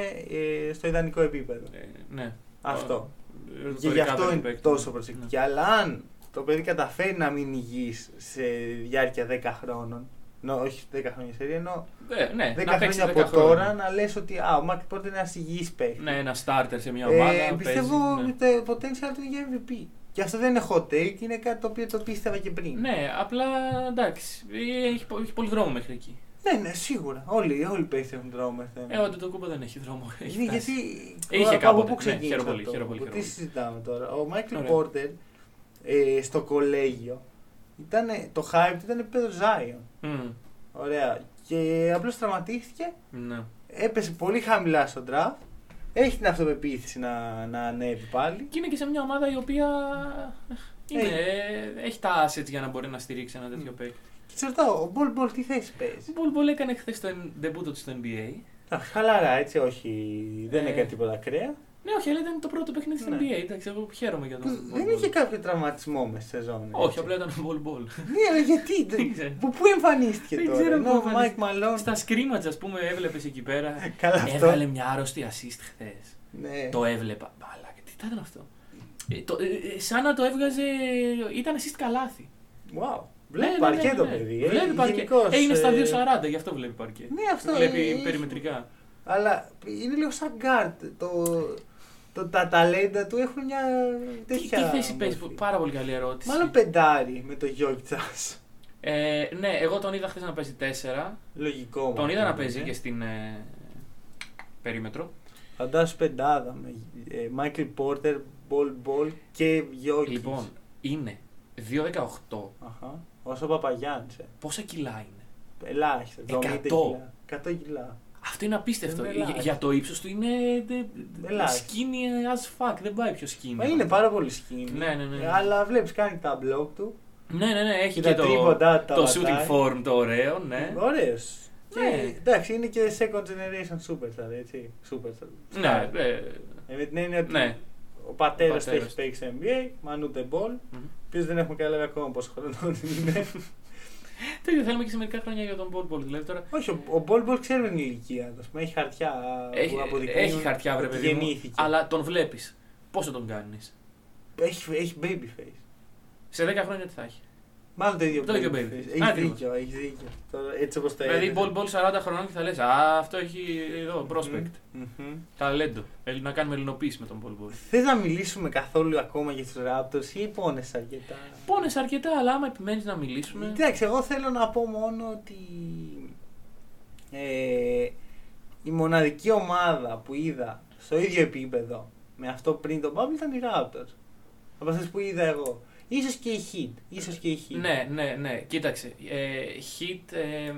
ε, στο ιδανικό επίπεδο. Ε, Ναι. Αυτό. Ε, Και γι' ρητορικά αυτό πρέπει είναι να παίξει. τόσο προσεκτική. Ναι. Αλλά αν το παιδί καταφέρει να μην υγιείς σε διάρκεια 10 χρόνων, ενώ όχι 10 χρόνια σε ενώ Ε, Ναι, 10 να παίξει χρόνια από 10 χρόνια. τώρα να λες ότι α, ο Μάκ Πόρτερ είναι ένας υγιής παίκτης. Ναι, ένα starter σε μια ομάδα. Ε, παίζει, πιστεύω ναι. ότι το potential του είναι για MVP. Και αυτό δεν είναι hot take, είναι κάτι το οποίο το πίστευα και πριν. Ναι, απλά εντάξει. ε, Έχει, πο- έχει πολύ δρόμο μέχρι εκεί. Ναι, ναι, σίγουρα. Όλοι, όλοι οι παίκτες έχουν τραύμα. θέμα. Ε, ότι το κούπο δεν έχει δρόμο. Έχει Ναι, φτάσει. γιατί. Είχε από κάποτε. πού Ναι, ξεκίνησε χαίρομαι πολύ, αυτό. χαίρομαι πολύ, Τι χαίρομαι πολύ. συζητάμε τώρα. Ο Μάικλ Ωραία. Πόρτερ ε, στο κολέγιο ήταν. Το hype ήταν επίπεδο Ζάιον. Μμ, Ωραία. Και απλώς τραυματίστηκε. Ναι. Έπεσε πολύ χαμηλά στον draft. Έχει την αυτοπεποίθηση να, να ανέβει πάλι. Και είναι και σε μια ομάδα η οποία είναι, Έχει. ε, έχει τα assets για να μπορεί να στηρίξει ένα τέτοιο Μμ. παίκτη. Και τη ρωτάω, ο Μπολ Μπολ τι θέση παίζει. Ο Μπολ Μπολ έκανε χθες το εν- debut του στο NBA. Α, Χαλαρά, έτσι, όχι. Δεν Ε. έκανε τίποτα ακραία. Ναι, όχι, αλλά ήταν το πρώτο παιχνίδι στο Ναι. NBA. Εντάξει, εγώ χαίρομαι για τον. Που Μπολ Δεν Μπολ. είχε κάποιο τραυματισμό μέσα στη σεζόν. Όχι, έτσι. απλά ήταν ο Μπολ Μπολ. Ναι, αλλά γιατί. Δεν ξέρω. Που πού εμφανίστηκε Δεν τώρα. ξέρω ενώ πού ο Μάικ Μαλόν. Στα scrimmage, ας πούμε, έβλεπες εκεί πέρα. Καλά Ε, αυτό. Έβαλε μια άρρωστη assist χθες. Ναι. Το έβλεπα. Μπαλάκα, τι ήταν αυτό. Ε, το, ε, ε, σαν να το έβγαζε. ήταν assist καλάθι. Wow. Ναι, Βλέπει ναι, παρκέ ναι, το ναι. παιδί. ε, Βλέπει παρκέ. γενικώς, Ε, είναι στα ε, 2.40, γι' αυτό βλέπει παρκέ. Ναι, αυτό Βλέπει είναι. περιμετρικά. Αλλά είναι λίγο σαν γκάρτ. Το, το, τα ταλέντα του έχουν μια Τι, τέτοια. τι θέση παίζει, μορφή. πάρα πολύ καλή ερώτηση. Μάλλον πεντάρι με το Γιώκητσα. ε, ναι, εγώ τον είδα χθες να παίζει 4. Λογικό. Τον μου είδα να φαίνεται. παίζει και στην ε, περίμετρο. Φαντάσου πεντάδα με ε, Μάικλ Πόρτερ, Μπολ Μπολ και Γιώκητσα. Λοιπόν, είναι 2,18. Αχα. Όσο Παπαγιάννης. ε. Πόσα κιλά είναι. Ελάχιστα. 70 Ε, Εκατό. κιλά. 100 κιλά. Αυτό είναι απίστευτο. Είναι Για- ελάχιστο. για το ύψος του είναι. δε- Ελάχιστο. Skinny as fuck. Δεν πάει πιο skinny. Μα είναι πάρα πολύ σκήνη. Ναι, ναι, ναι. Αλλά βλέπεις, κάνει τα μπλοκ του. Ναι, ναι, ναι. Έχει Και και τα το, τρίποντά του τα το πατάει. shooting form το ωραίο, ναι. Ωραίος. Ναι. Και, εντάξει, είναι και second generation superstar, έτσι. Superstar. Ναι, ε, Ε, με την έννοια ότι ναι. ο πατέρας Ο του πατέρας έχει του. παίξει στο NBA, Μανού Ντεμπολ, ο Μμμ. οποίο δεν έχουμε καταλάβει ακόμα πόσο χρονών είναι. Το ίδιο θέλουμε και σε μερικά χρόνια για τον Πολ Πολ. Δηλαδή τώρα. Όχι, ο- ο Μπολ Μπολ ξέρουμε την ηλικία του. Έχει χαρτιά Έχει, που αποδεικνύουν έχει χαρτιά, βρε ότι παιδί μου. γεννήθηκε. Αλλά τον βλέπεις. Πώ θα τον κάνεις. Έχει, έχει baby face. Σε 10 χρόνια τι θα έχει. Μάλλον το ίδιο Το ίδιο baby face. Έχεις Ακριβώς. δίκιο, έχεις δίκιο. Τώρα, έτσι όπως το Δηλαδή, έλεγες. Πολ Πολ 40 χρόνων και θα λες: Α, αυτό έχει εδώ, prospect. Μμμ. Μμμ. Ταλέντο. Ε, Να κάνουμε ελληνοποίηση με τον Πολ Πολ. Θες να μιλήσουμε καθόλου ακόμα για τους Raptors ή πόνεσαι αρκετά. Πόνεσαι αρκετά, αλλά άμα επιμένεις να μιλήσουμε. Εντάξει, εγώ θέλω να πω μόνο ότι ε, η μοναδική ομάδα που είδα στο ίδιο επίπεδο με αυτό πριν τον Bubble ήταν οι Raptors. Από αυτές που είδα εγώ. Ίσως και οι Heat. Ίσως και οι Heat. Ναι, ναι, ναι. Κοίταξε. Ε, hit ε,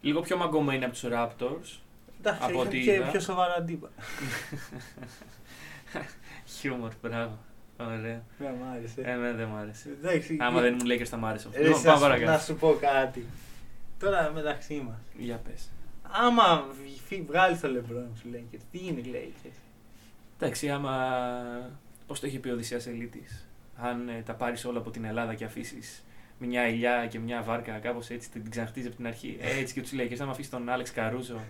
λίγο πιο μαγκωμένη από τους Raptors. Εντάξει, από είχαν ό,τι και είδα. πιο σοβαρά αντίπα. Χιούμορ, μπράβο. Ωραία. Ναι, μ' άρεσε. Εμένα δεν μου άρεσε. Εντάξει. Ε, Άμα ε, δεν ήμουν Lakers θα μου άρεσε αυτό. ρε, Λοιπόν, να Πάμε σου- να παρακάτω. σου πω κάτι. Τώρα μεταξύ μας. Για πες. Άμα βγάλεις το LeBron του Lakers, τι είναι οι Lakers. Εντάξει, άμα. Πώς το έχει πει ο Οδυσσέας Ελίτης, Αν ε, τα πάρεις όλα από την Ελλάδα και αφήσεις μια ελιά και μια βάρκα, κάπως έτσι την ξαναχτίζει από την αρχή. Έτσι και τους λέει: Και άμα αφήσεις τον Άλεξ Καρούζο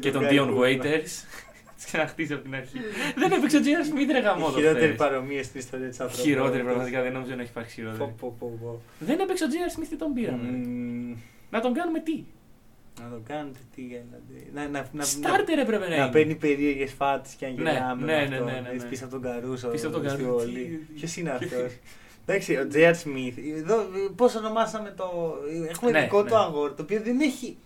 και τον Dion Waiters, τι ξαναχτίζει από την αρχή. Δεν έπαιξε ο Τζέιμ Σμιτ, ρε Η γαμότο. χειρότερη χθες. παρομοία στην ιστορία της ανθρωπότητα. Χειρότερη, πραγματικά δεν νομίζω να έχει υπάρξει χειρότερη. Πω, πω, πω, πω. Δεν έπαιξε ο Τζέιμ Σμιθ και τον πήραμε. Μμμ. Να τον κάνουμε τι. Να το κάνετε τι για να... Να, να, να, Στάρτερ έπρεπε να να, να είναι. παίρνει περίεργες φάτες και να Ναι, γυρνάμε. ναι, με ναι, αυτό. ναι, ναι, Έτσι, ναι. Πίσω από τον Καρούσο. Πίσω από τον στη Καρούσο. Βολή. Τι- Ποιος είναι αυτός. Εντάξει, ο J.R. Smith. Εδώ, πώς ονομάσαμε το. Έχουμε Ναι, δικό ναι. του αγόρι το οποίο δεν έχει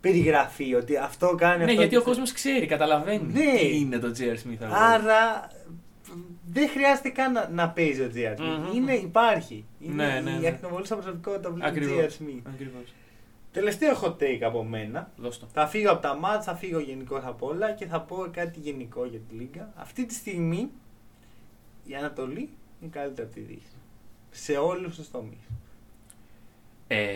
περιγραφεί ότι αυτό κάνει Ναι, αυτό. γιατί ο αυτό. κόσμος ξέρει, καταλαβαίνει Ναι. τι είναι το J.R. Smith. αγόρι. Άρα δεν χρειάζεται καν να, να παίζει ο J.R. Smith. Μμμ. Είναι, υπάρχει. Είναι Ναι, ναι, η ναι. ακτινοβολούσα προσωπικότητα που λέει J.R. Ακριβώς. Smith. Ακριβώς. Τελευταίο hot take από μένα. Δώσ' το. Θα φύγω από τα μάτς, θα φύγω γενικώ από όλα και θα πω κάτι γενικό για τη Λίγκα. Αυτή τη στιγμή η Ανατολή είναι καλύτερη από τη Δύση. Σε όλους τους τομείς. Ε,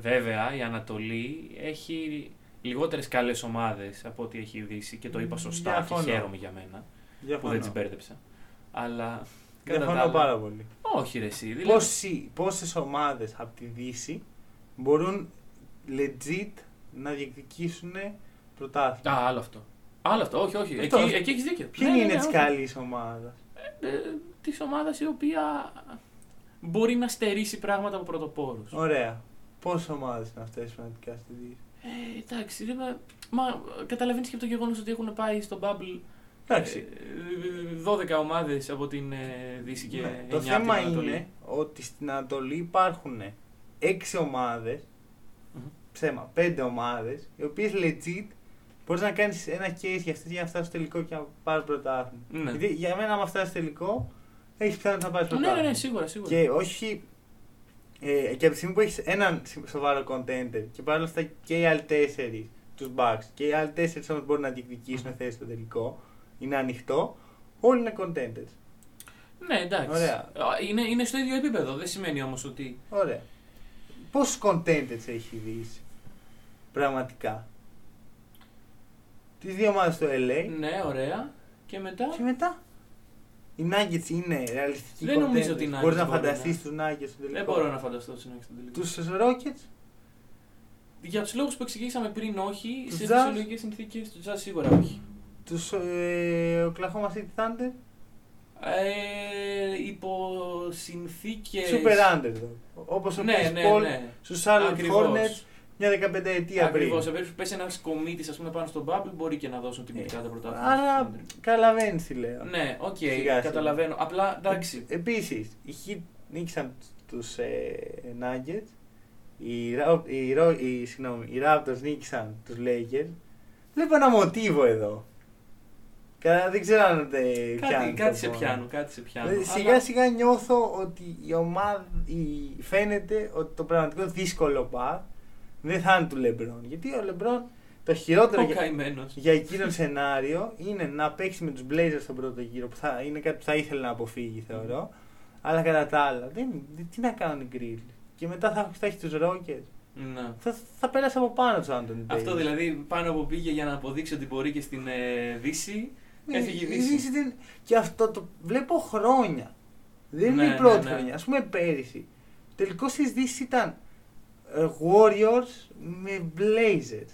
βέβαια, η Ανατολή έχει λιγότερες καλές ομάδες από ό,τι έχει η Δύση και το είπα σωστά Διαφωνώ. και χαίρομαι για μένα που δεν τις μπέρδεψα. Αλλά. κατά τα Διαφωνώ άλλα- πάρα πολύ. Όχι, ρε, εσύ. Δηλαδή, Πόσοι, πόσες ομάδες από τη Δύση μπορούν legit να διεκδικήσουν πρωτάθλημα. Α, άλλο αυτό. Άλλο αυτό, όχι, όχι. Αυτό. Εκεί, εκεί έχεις δίκιο. Ποια Ναι, ναι, Ε, είναι ναι, της όχι. καλής ομάδας. ε, της ομάδας η οποία μπορεί να στερήσει πράγματα από πρωτοπόρους. Ωραία. Πόσες ομάδες είναι αυτές πραγματικά στη Δύση. Ε, εντάξει, δεν με- μα καταλαβαίνεις και από το γεγονός ότι έχουν πάει στο Bubble Εντάξει. ε, 12 ομάδες από την ε, Δύση και Ναι, 9 το από την θέμα Ανατολή. είναι ότι στην Ανατολή υπάρχουν έξι ομάδες, Μμμ. ψέμα, πέντε ομάδες, οι οποίες legit μπορείς να κάνεις ένα case για αυτές για να φτάσεις στο τελικό και να πάρεις πρωτάθλημα. Ναι. Γιατί για μένα, άμα φτάσεις τελικό, έχεις πιθανότητα να πάρεις Ναι, ναι, πρωτάθλημα. ναι, σίγουρα, σίγουρα. Και όχι. Ε, και από τη στιγμή που έχεις έναν σοβαρό contender και παρόλα αυτά και οι άλλοι τέσσερις, τους Bucks, και οι άλλοι τέσσερις όμω μπορούν να διεκδικήσουν Μμμ. θέση στο τελικό, είναι ανοιχτό, όλοι είναι contenders. Ναι, εντάξει. Ωραία. Ε, Είναι, είναι στο ίδιο επίπεδο. Δεν σημαίνει όμως ότι. Ωραία. Πόσους contenders έχει η Δύση, πραγματικά. Τις δύο ομάδες του LA Ναι, ωραία. Και μετά. και μετά. Οι Nuggets είναι ρεαλιστικοί Δεν νομίζω ότι οι contenders. Nuggets Μπορείς να μπορούν να- φανταστείς τους Nuggets στο τελικό. Δεν μπορώ να φανταστώ τι είναι στον τελικό. Λοιπόν, Τους ε, Rockets, Για τους λόγους που εξηγήσαμε πριν, όχι. Τους Σε Jazz. φυσιολογικές συνθήκες τους Jazz σίγουρα όχι. τους ε, Oklahoma City Thunder, Ε, υπό συνθήκε. super underdog. Όπως ο Ναι, Chris ναι, Paul ναι. στους Charlotte Ακριβώς. Hornets μια 15 ετία πριν. Ακριβώς. Σε περίπτωση που πέσει ένας κομίτης, ας πούμε, πάνω στον Bubble, μπορεί και να δώσουν την πικράτα πρωτάθλημα. Ε, Άρα καταλαβαίνεις τι λέω. Ναι, οκ, Σιγά, σιγά. καταλαβαίνω. Απλά εντάξει. Επίσης, Ε, οι Heat νίκησαν τους ε, Nuggets. Οι, Ra- οι, Ro- οι, συγγνώμη, οι Raptors νίκησαν τους Lakers. Βλέπω ένα μοτίβο εδώ. Κα, δεν ξέρω αν ε, Κάτι, πιάνει κάτι το σε πόνο. πιάνω, κάτι σε πιάνω. Δηλαδή, σιγά Αλλά- σιγά νιώθω ότι η ομάδα η- φαίνεται ότι το πραγματικό δύσκολο path δεν θα είναι του Λεμπρόν. Γιατί ο Λεμπρόν το χειρότερο Ο για- καημένος. για εκείνον σενάριο είναι να παίξει με τους Blazers στον πρώτο γύρο, που θα, είναι κάτι που θα ήθελε να αποφύγει, θεωρώ. Αλλά κατά τα άλλα, δεν, τι να κάνουν οι Grizzlies. Και μετά θα, θα έχει τους Rockets. Θα, θα πέρασε από πάνω του Άντων Ναι. Αυτό δηλαδή πάνω που πήγε για να αποδείξει ότι μπορεί και στην ε, Δύση. έφυγε η Δύση. δεν, και αυτό το βλέπω χρόνια. Δεν Ναι, είναι η πρώτη ναι, ναι. χρονιά. Ας πούμε πέρυσι. Τελικός τη Δύση ήταν ε, Warriors με Blazers.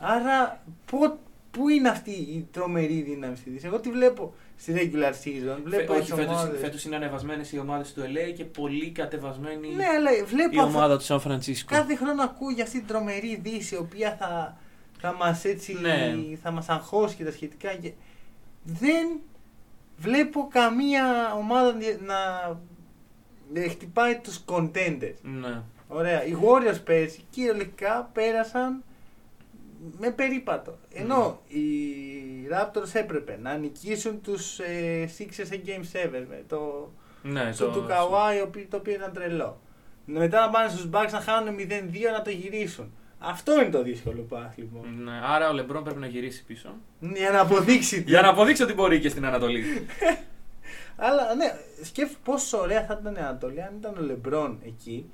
Άρα, πο- πού είναι αυτή η τρομερή δύναμη στη Δύση. Εγώ τη βλέπω στη regular season. Βλέπω Φε- τις όχι, φέτος, ομάδες. φέτος είναι ανεβασμένες οι ομάδες του LA και πολύ κατεβασμένη Ναι, αλλά η βλέπω αυτό- ομάδα του Σαν Φρανσίσκο. κάθε χρόνο ακούω για αυτή την τρομερή Δύση, η οποία θα, θα μας έτσι, Ναι. θα μας αγχώσει και τα σχετικά. Και δεν βλέπω καμία ομάδα να- να χτυπάει τους contenders. Ναι. Ωραία. Οι Warriors πέρσι κυριολεκτικά πέρασαν με περίπατο. Ενώ οι Raptors έπρεπε να νικήσουν τους ε, Sixers σε Game 7 με το, Ναι, το, του Καουάι, ο οποίος- το οποίο ήταν τρελό. Μετά να πάνε στους Bucks να χάνουν 0-2 να το γυρίσουν. Αυτό είναι το δύσκολο πάθλιμο. Ναι, άρα ο Λεμπρόν πρέπει να γυρίσει πίσω. Για να αποδείξει. τι. Mm. Για να αποδείξει ότι μπορεί και στην Ανατολή. Αλλά ναι, σκέφτομαι πόσο ωραία θα ήταν η Ανατολή αν ήταν ο Λεμπρόν εκεί.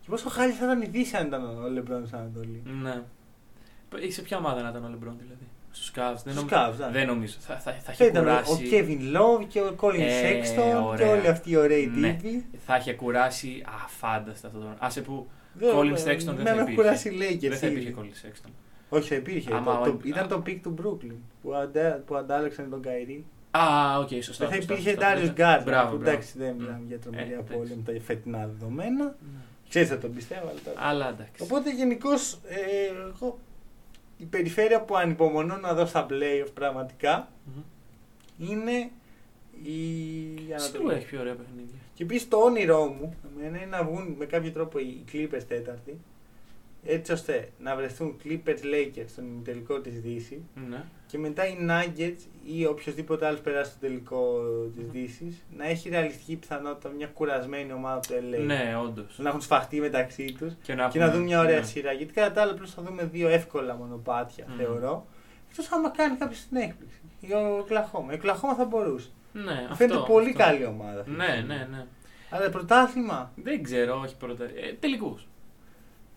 Και πόσο χάρη θα ήταν η Δύση αν ήταν ο Λεμπρόν στην Ανατολή. ναι. Πε- Σε ποια ομάδα να ήταν ο Λεμπρόν δηλαδή. Στους Cavs. Δεν, Στους νομι- Cavs, ναι. δεν νομίζω. Θα, θα, θα Θα είχε ήταν ο κουράσει. Kevin Love και ο Colin Ε, Sexton και ωραία. όλοι αυτοί οι ωραίοι Ναι. τύποι. Θα είχε κουράσει αφάνταστα αυτό το. Άσε που Δεν- Colin Sexton δεν με θα έχουν υπήρχε. κουράσει οι Lakers δεν θα ήδη. υπήρχε Colin Sexton. Όχι, θα υπήρχε. Άμα Το- ο- το- ήταν το pick του Brooklyn που, αντα, που αντάλλαξαν τον Καϊρή. Α, οκ, σωστά. Δεν θα σωστά, υπήρχε σωστά. Darius Μπράβο, Garland. που μπράβο. Εντάξει, δεν μιλάμε Μμ. για τρομερή Ε, απώλεια εντάξει. με τα φετινά δεδομένα. Ναι. Ξέρεις, θα τον πιστεύω, αλλά τώρα. Αλλά εντάξει. Οπότε γενικώς, ε, εγώ η περιφέρεια που ανυπομονώ να δω στα playoff πραγματικά Μμμ. είναι η Σίγουρα Ανατολή. έχει πιο ωραία παιχνίδια. Και επίση το όνειρό μου εμένα, είναι να βγουν με κάποιο τρόπο οι Clippers τέταρτοι έτσι ώστε να βρεθούν Clippers Lakers στον τελικό της Δύσης Ναι. και μετά οι Nuggets ή οποιοδήποτε άλλος περάσει στο τελικό της Μμμ. Δύσης να έχει ρεαλιστική πιθανότητα μια κουρασμένη ομάδα του LA. Ναι, όντως. Να έχουν σφαχτεί μεταξύ τους Και να, και να δούμε μια ωραία ναι. σειρά. Γιατί κατά τα άλλα, απλώς θα δούμε δύο εύκολα μονοπάτια, Μμμ. θεωρώ. Εκτός άμα κάνει κάποιο την έκπληξη. Ή ο Κλαχώμα. Η Κλαχώμα θα μπορούσε. Ναι, Μου αυτό, φαίνεται πολύ αυτό. καλή ομάδα. αυτή τη Ναι, στιγμή. ναι, ναι. Αλλά πρωτάθλημα. Δεν ξέρω, όχι πρώτα. Ε, Τελικούς.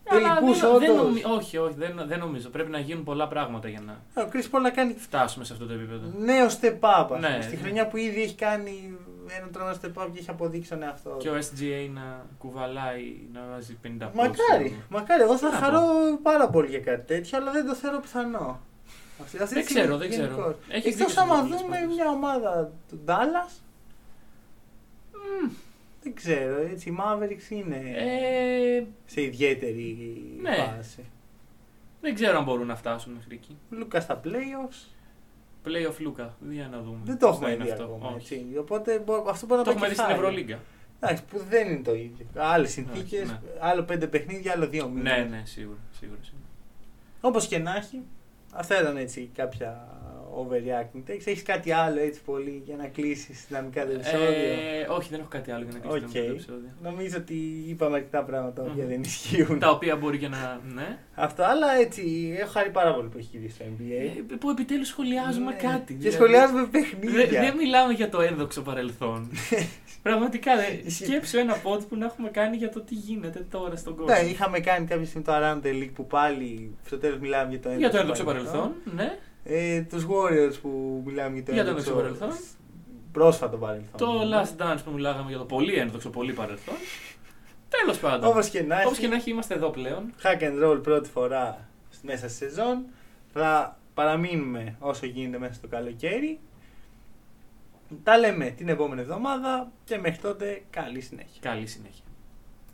Τελικούς, Ε, δεν, όντως. νομι- Όχι, όχι, δεν, δεν νομίζω. Πρέπει να γίνουν πολλά πράγματα για να Ο Chris Paul να κάνει φτάσουμε σε αυτό το επίπεδο. νέο step up. ας Ναι, πούμε, Στη ναι. χρονιά που ήδη έχει κάνει ένα τρομερό step up και έχει αποδείξει τον εαυτό Και του. ο SGA να κουβαλάει, να βάζει 50 πόντους. Μακάρι, μακάρι. Εγώ θα Τι να χαρώ πάρα πολύ για κάτι τέτοιο, αλλά δεν το θεωρώ πιθανό. Αυτή- αυτή Δεν τη στιγμή ξέρω, δεν γενικώς. ξέρω. Έχει Εκτός δίκιο άμα στον Douglas δούμε πάντως. μια ομάδα του Dallas. Δεν ξέρω, έτσι. Οι Mavericks είναι Ε, σε ιδιαίτερη Ναι. φάση. δεν ξέρω αν μπορούν να φτάσουν μέχρι εκεί. Λούκα στα playoffs. Play of Luca. Για να δούμε. Δεν το Πώς θα έχουμε είναι δει αυτό. ακόμα. Όχι. Έτσι. Οπότε μπο- αυτό μπορεί να Το έχουμε δει στην κεφάρει. Ευρωλίγκα. Εντάξει, που δεν είναι το ίδιο. Άλλες συνθήκες, ναι. άλλο πέντε παιχνίδια, άλλο δύο μήνες. Ναι, ναι, σίγουρα. σίγουρα, σίγουρα. Όπως και να έχει, αυτά ήταν έτσι κάποια overreacting. Έχεις κάτι άλλο έτσι πολύ για να κλείσεις δυναμικά το επεισόδιο. Ε, όχι, δεν έχω κάτι άλλο για να κλείσω Οκ. το επεισόδιο. Νομίζω ότι είπαμε αρκετά πράγματα τα οποία Μμμ. δεν ισχύουν. Τα οποία μπορεί και να. Ναι. Αυτό, αλλά έτσι έχω χάρη πάρα πολύ που έχει γυρίσει στο NBA. Ε, που επιτέλους σχολιάζουμε Ναι. κάτι. Και δηλαδή. σχολιάζουμε Δε- Δεν παιχνίδια. μιλάμε για το ένδοξο παρελθόν. Πραγματικά, δε, Ισχύει. σκέψου ένα pod που να έχουμε κάνει για το τι γίνεται τώρα στον κόσμο. Ναι, είχαμε κάνει κάποια στιγμή το Around the League που πάλι στο τέλος μιλάμε για το για το ένδοξο ένδοξο παρελθόν, ναι. Ε, τους Warriors που μιλάμε για το Για το ένδοξο παρελθόν. Πρόσφατο παρελθόν. Το last dance που μιλάγαμε για το πολύ ένδοξο, πολύ παρελθόν. Τέλος πάντων. Όπως και να Όπως έχει, και να έχει, είμαστε εδώ πλέον. hack and roll πρώτη φορά μέσα στη σεζόν. Θα παραμείνουμε όσο γίνεται μέσα στο καλοκαίρι. Τα λέμε την επόμενη εβδομάδα και μέχρι τότε καλή συνέχεια. Καλή συνέχεια.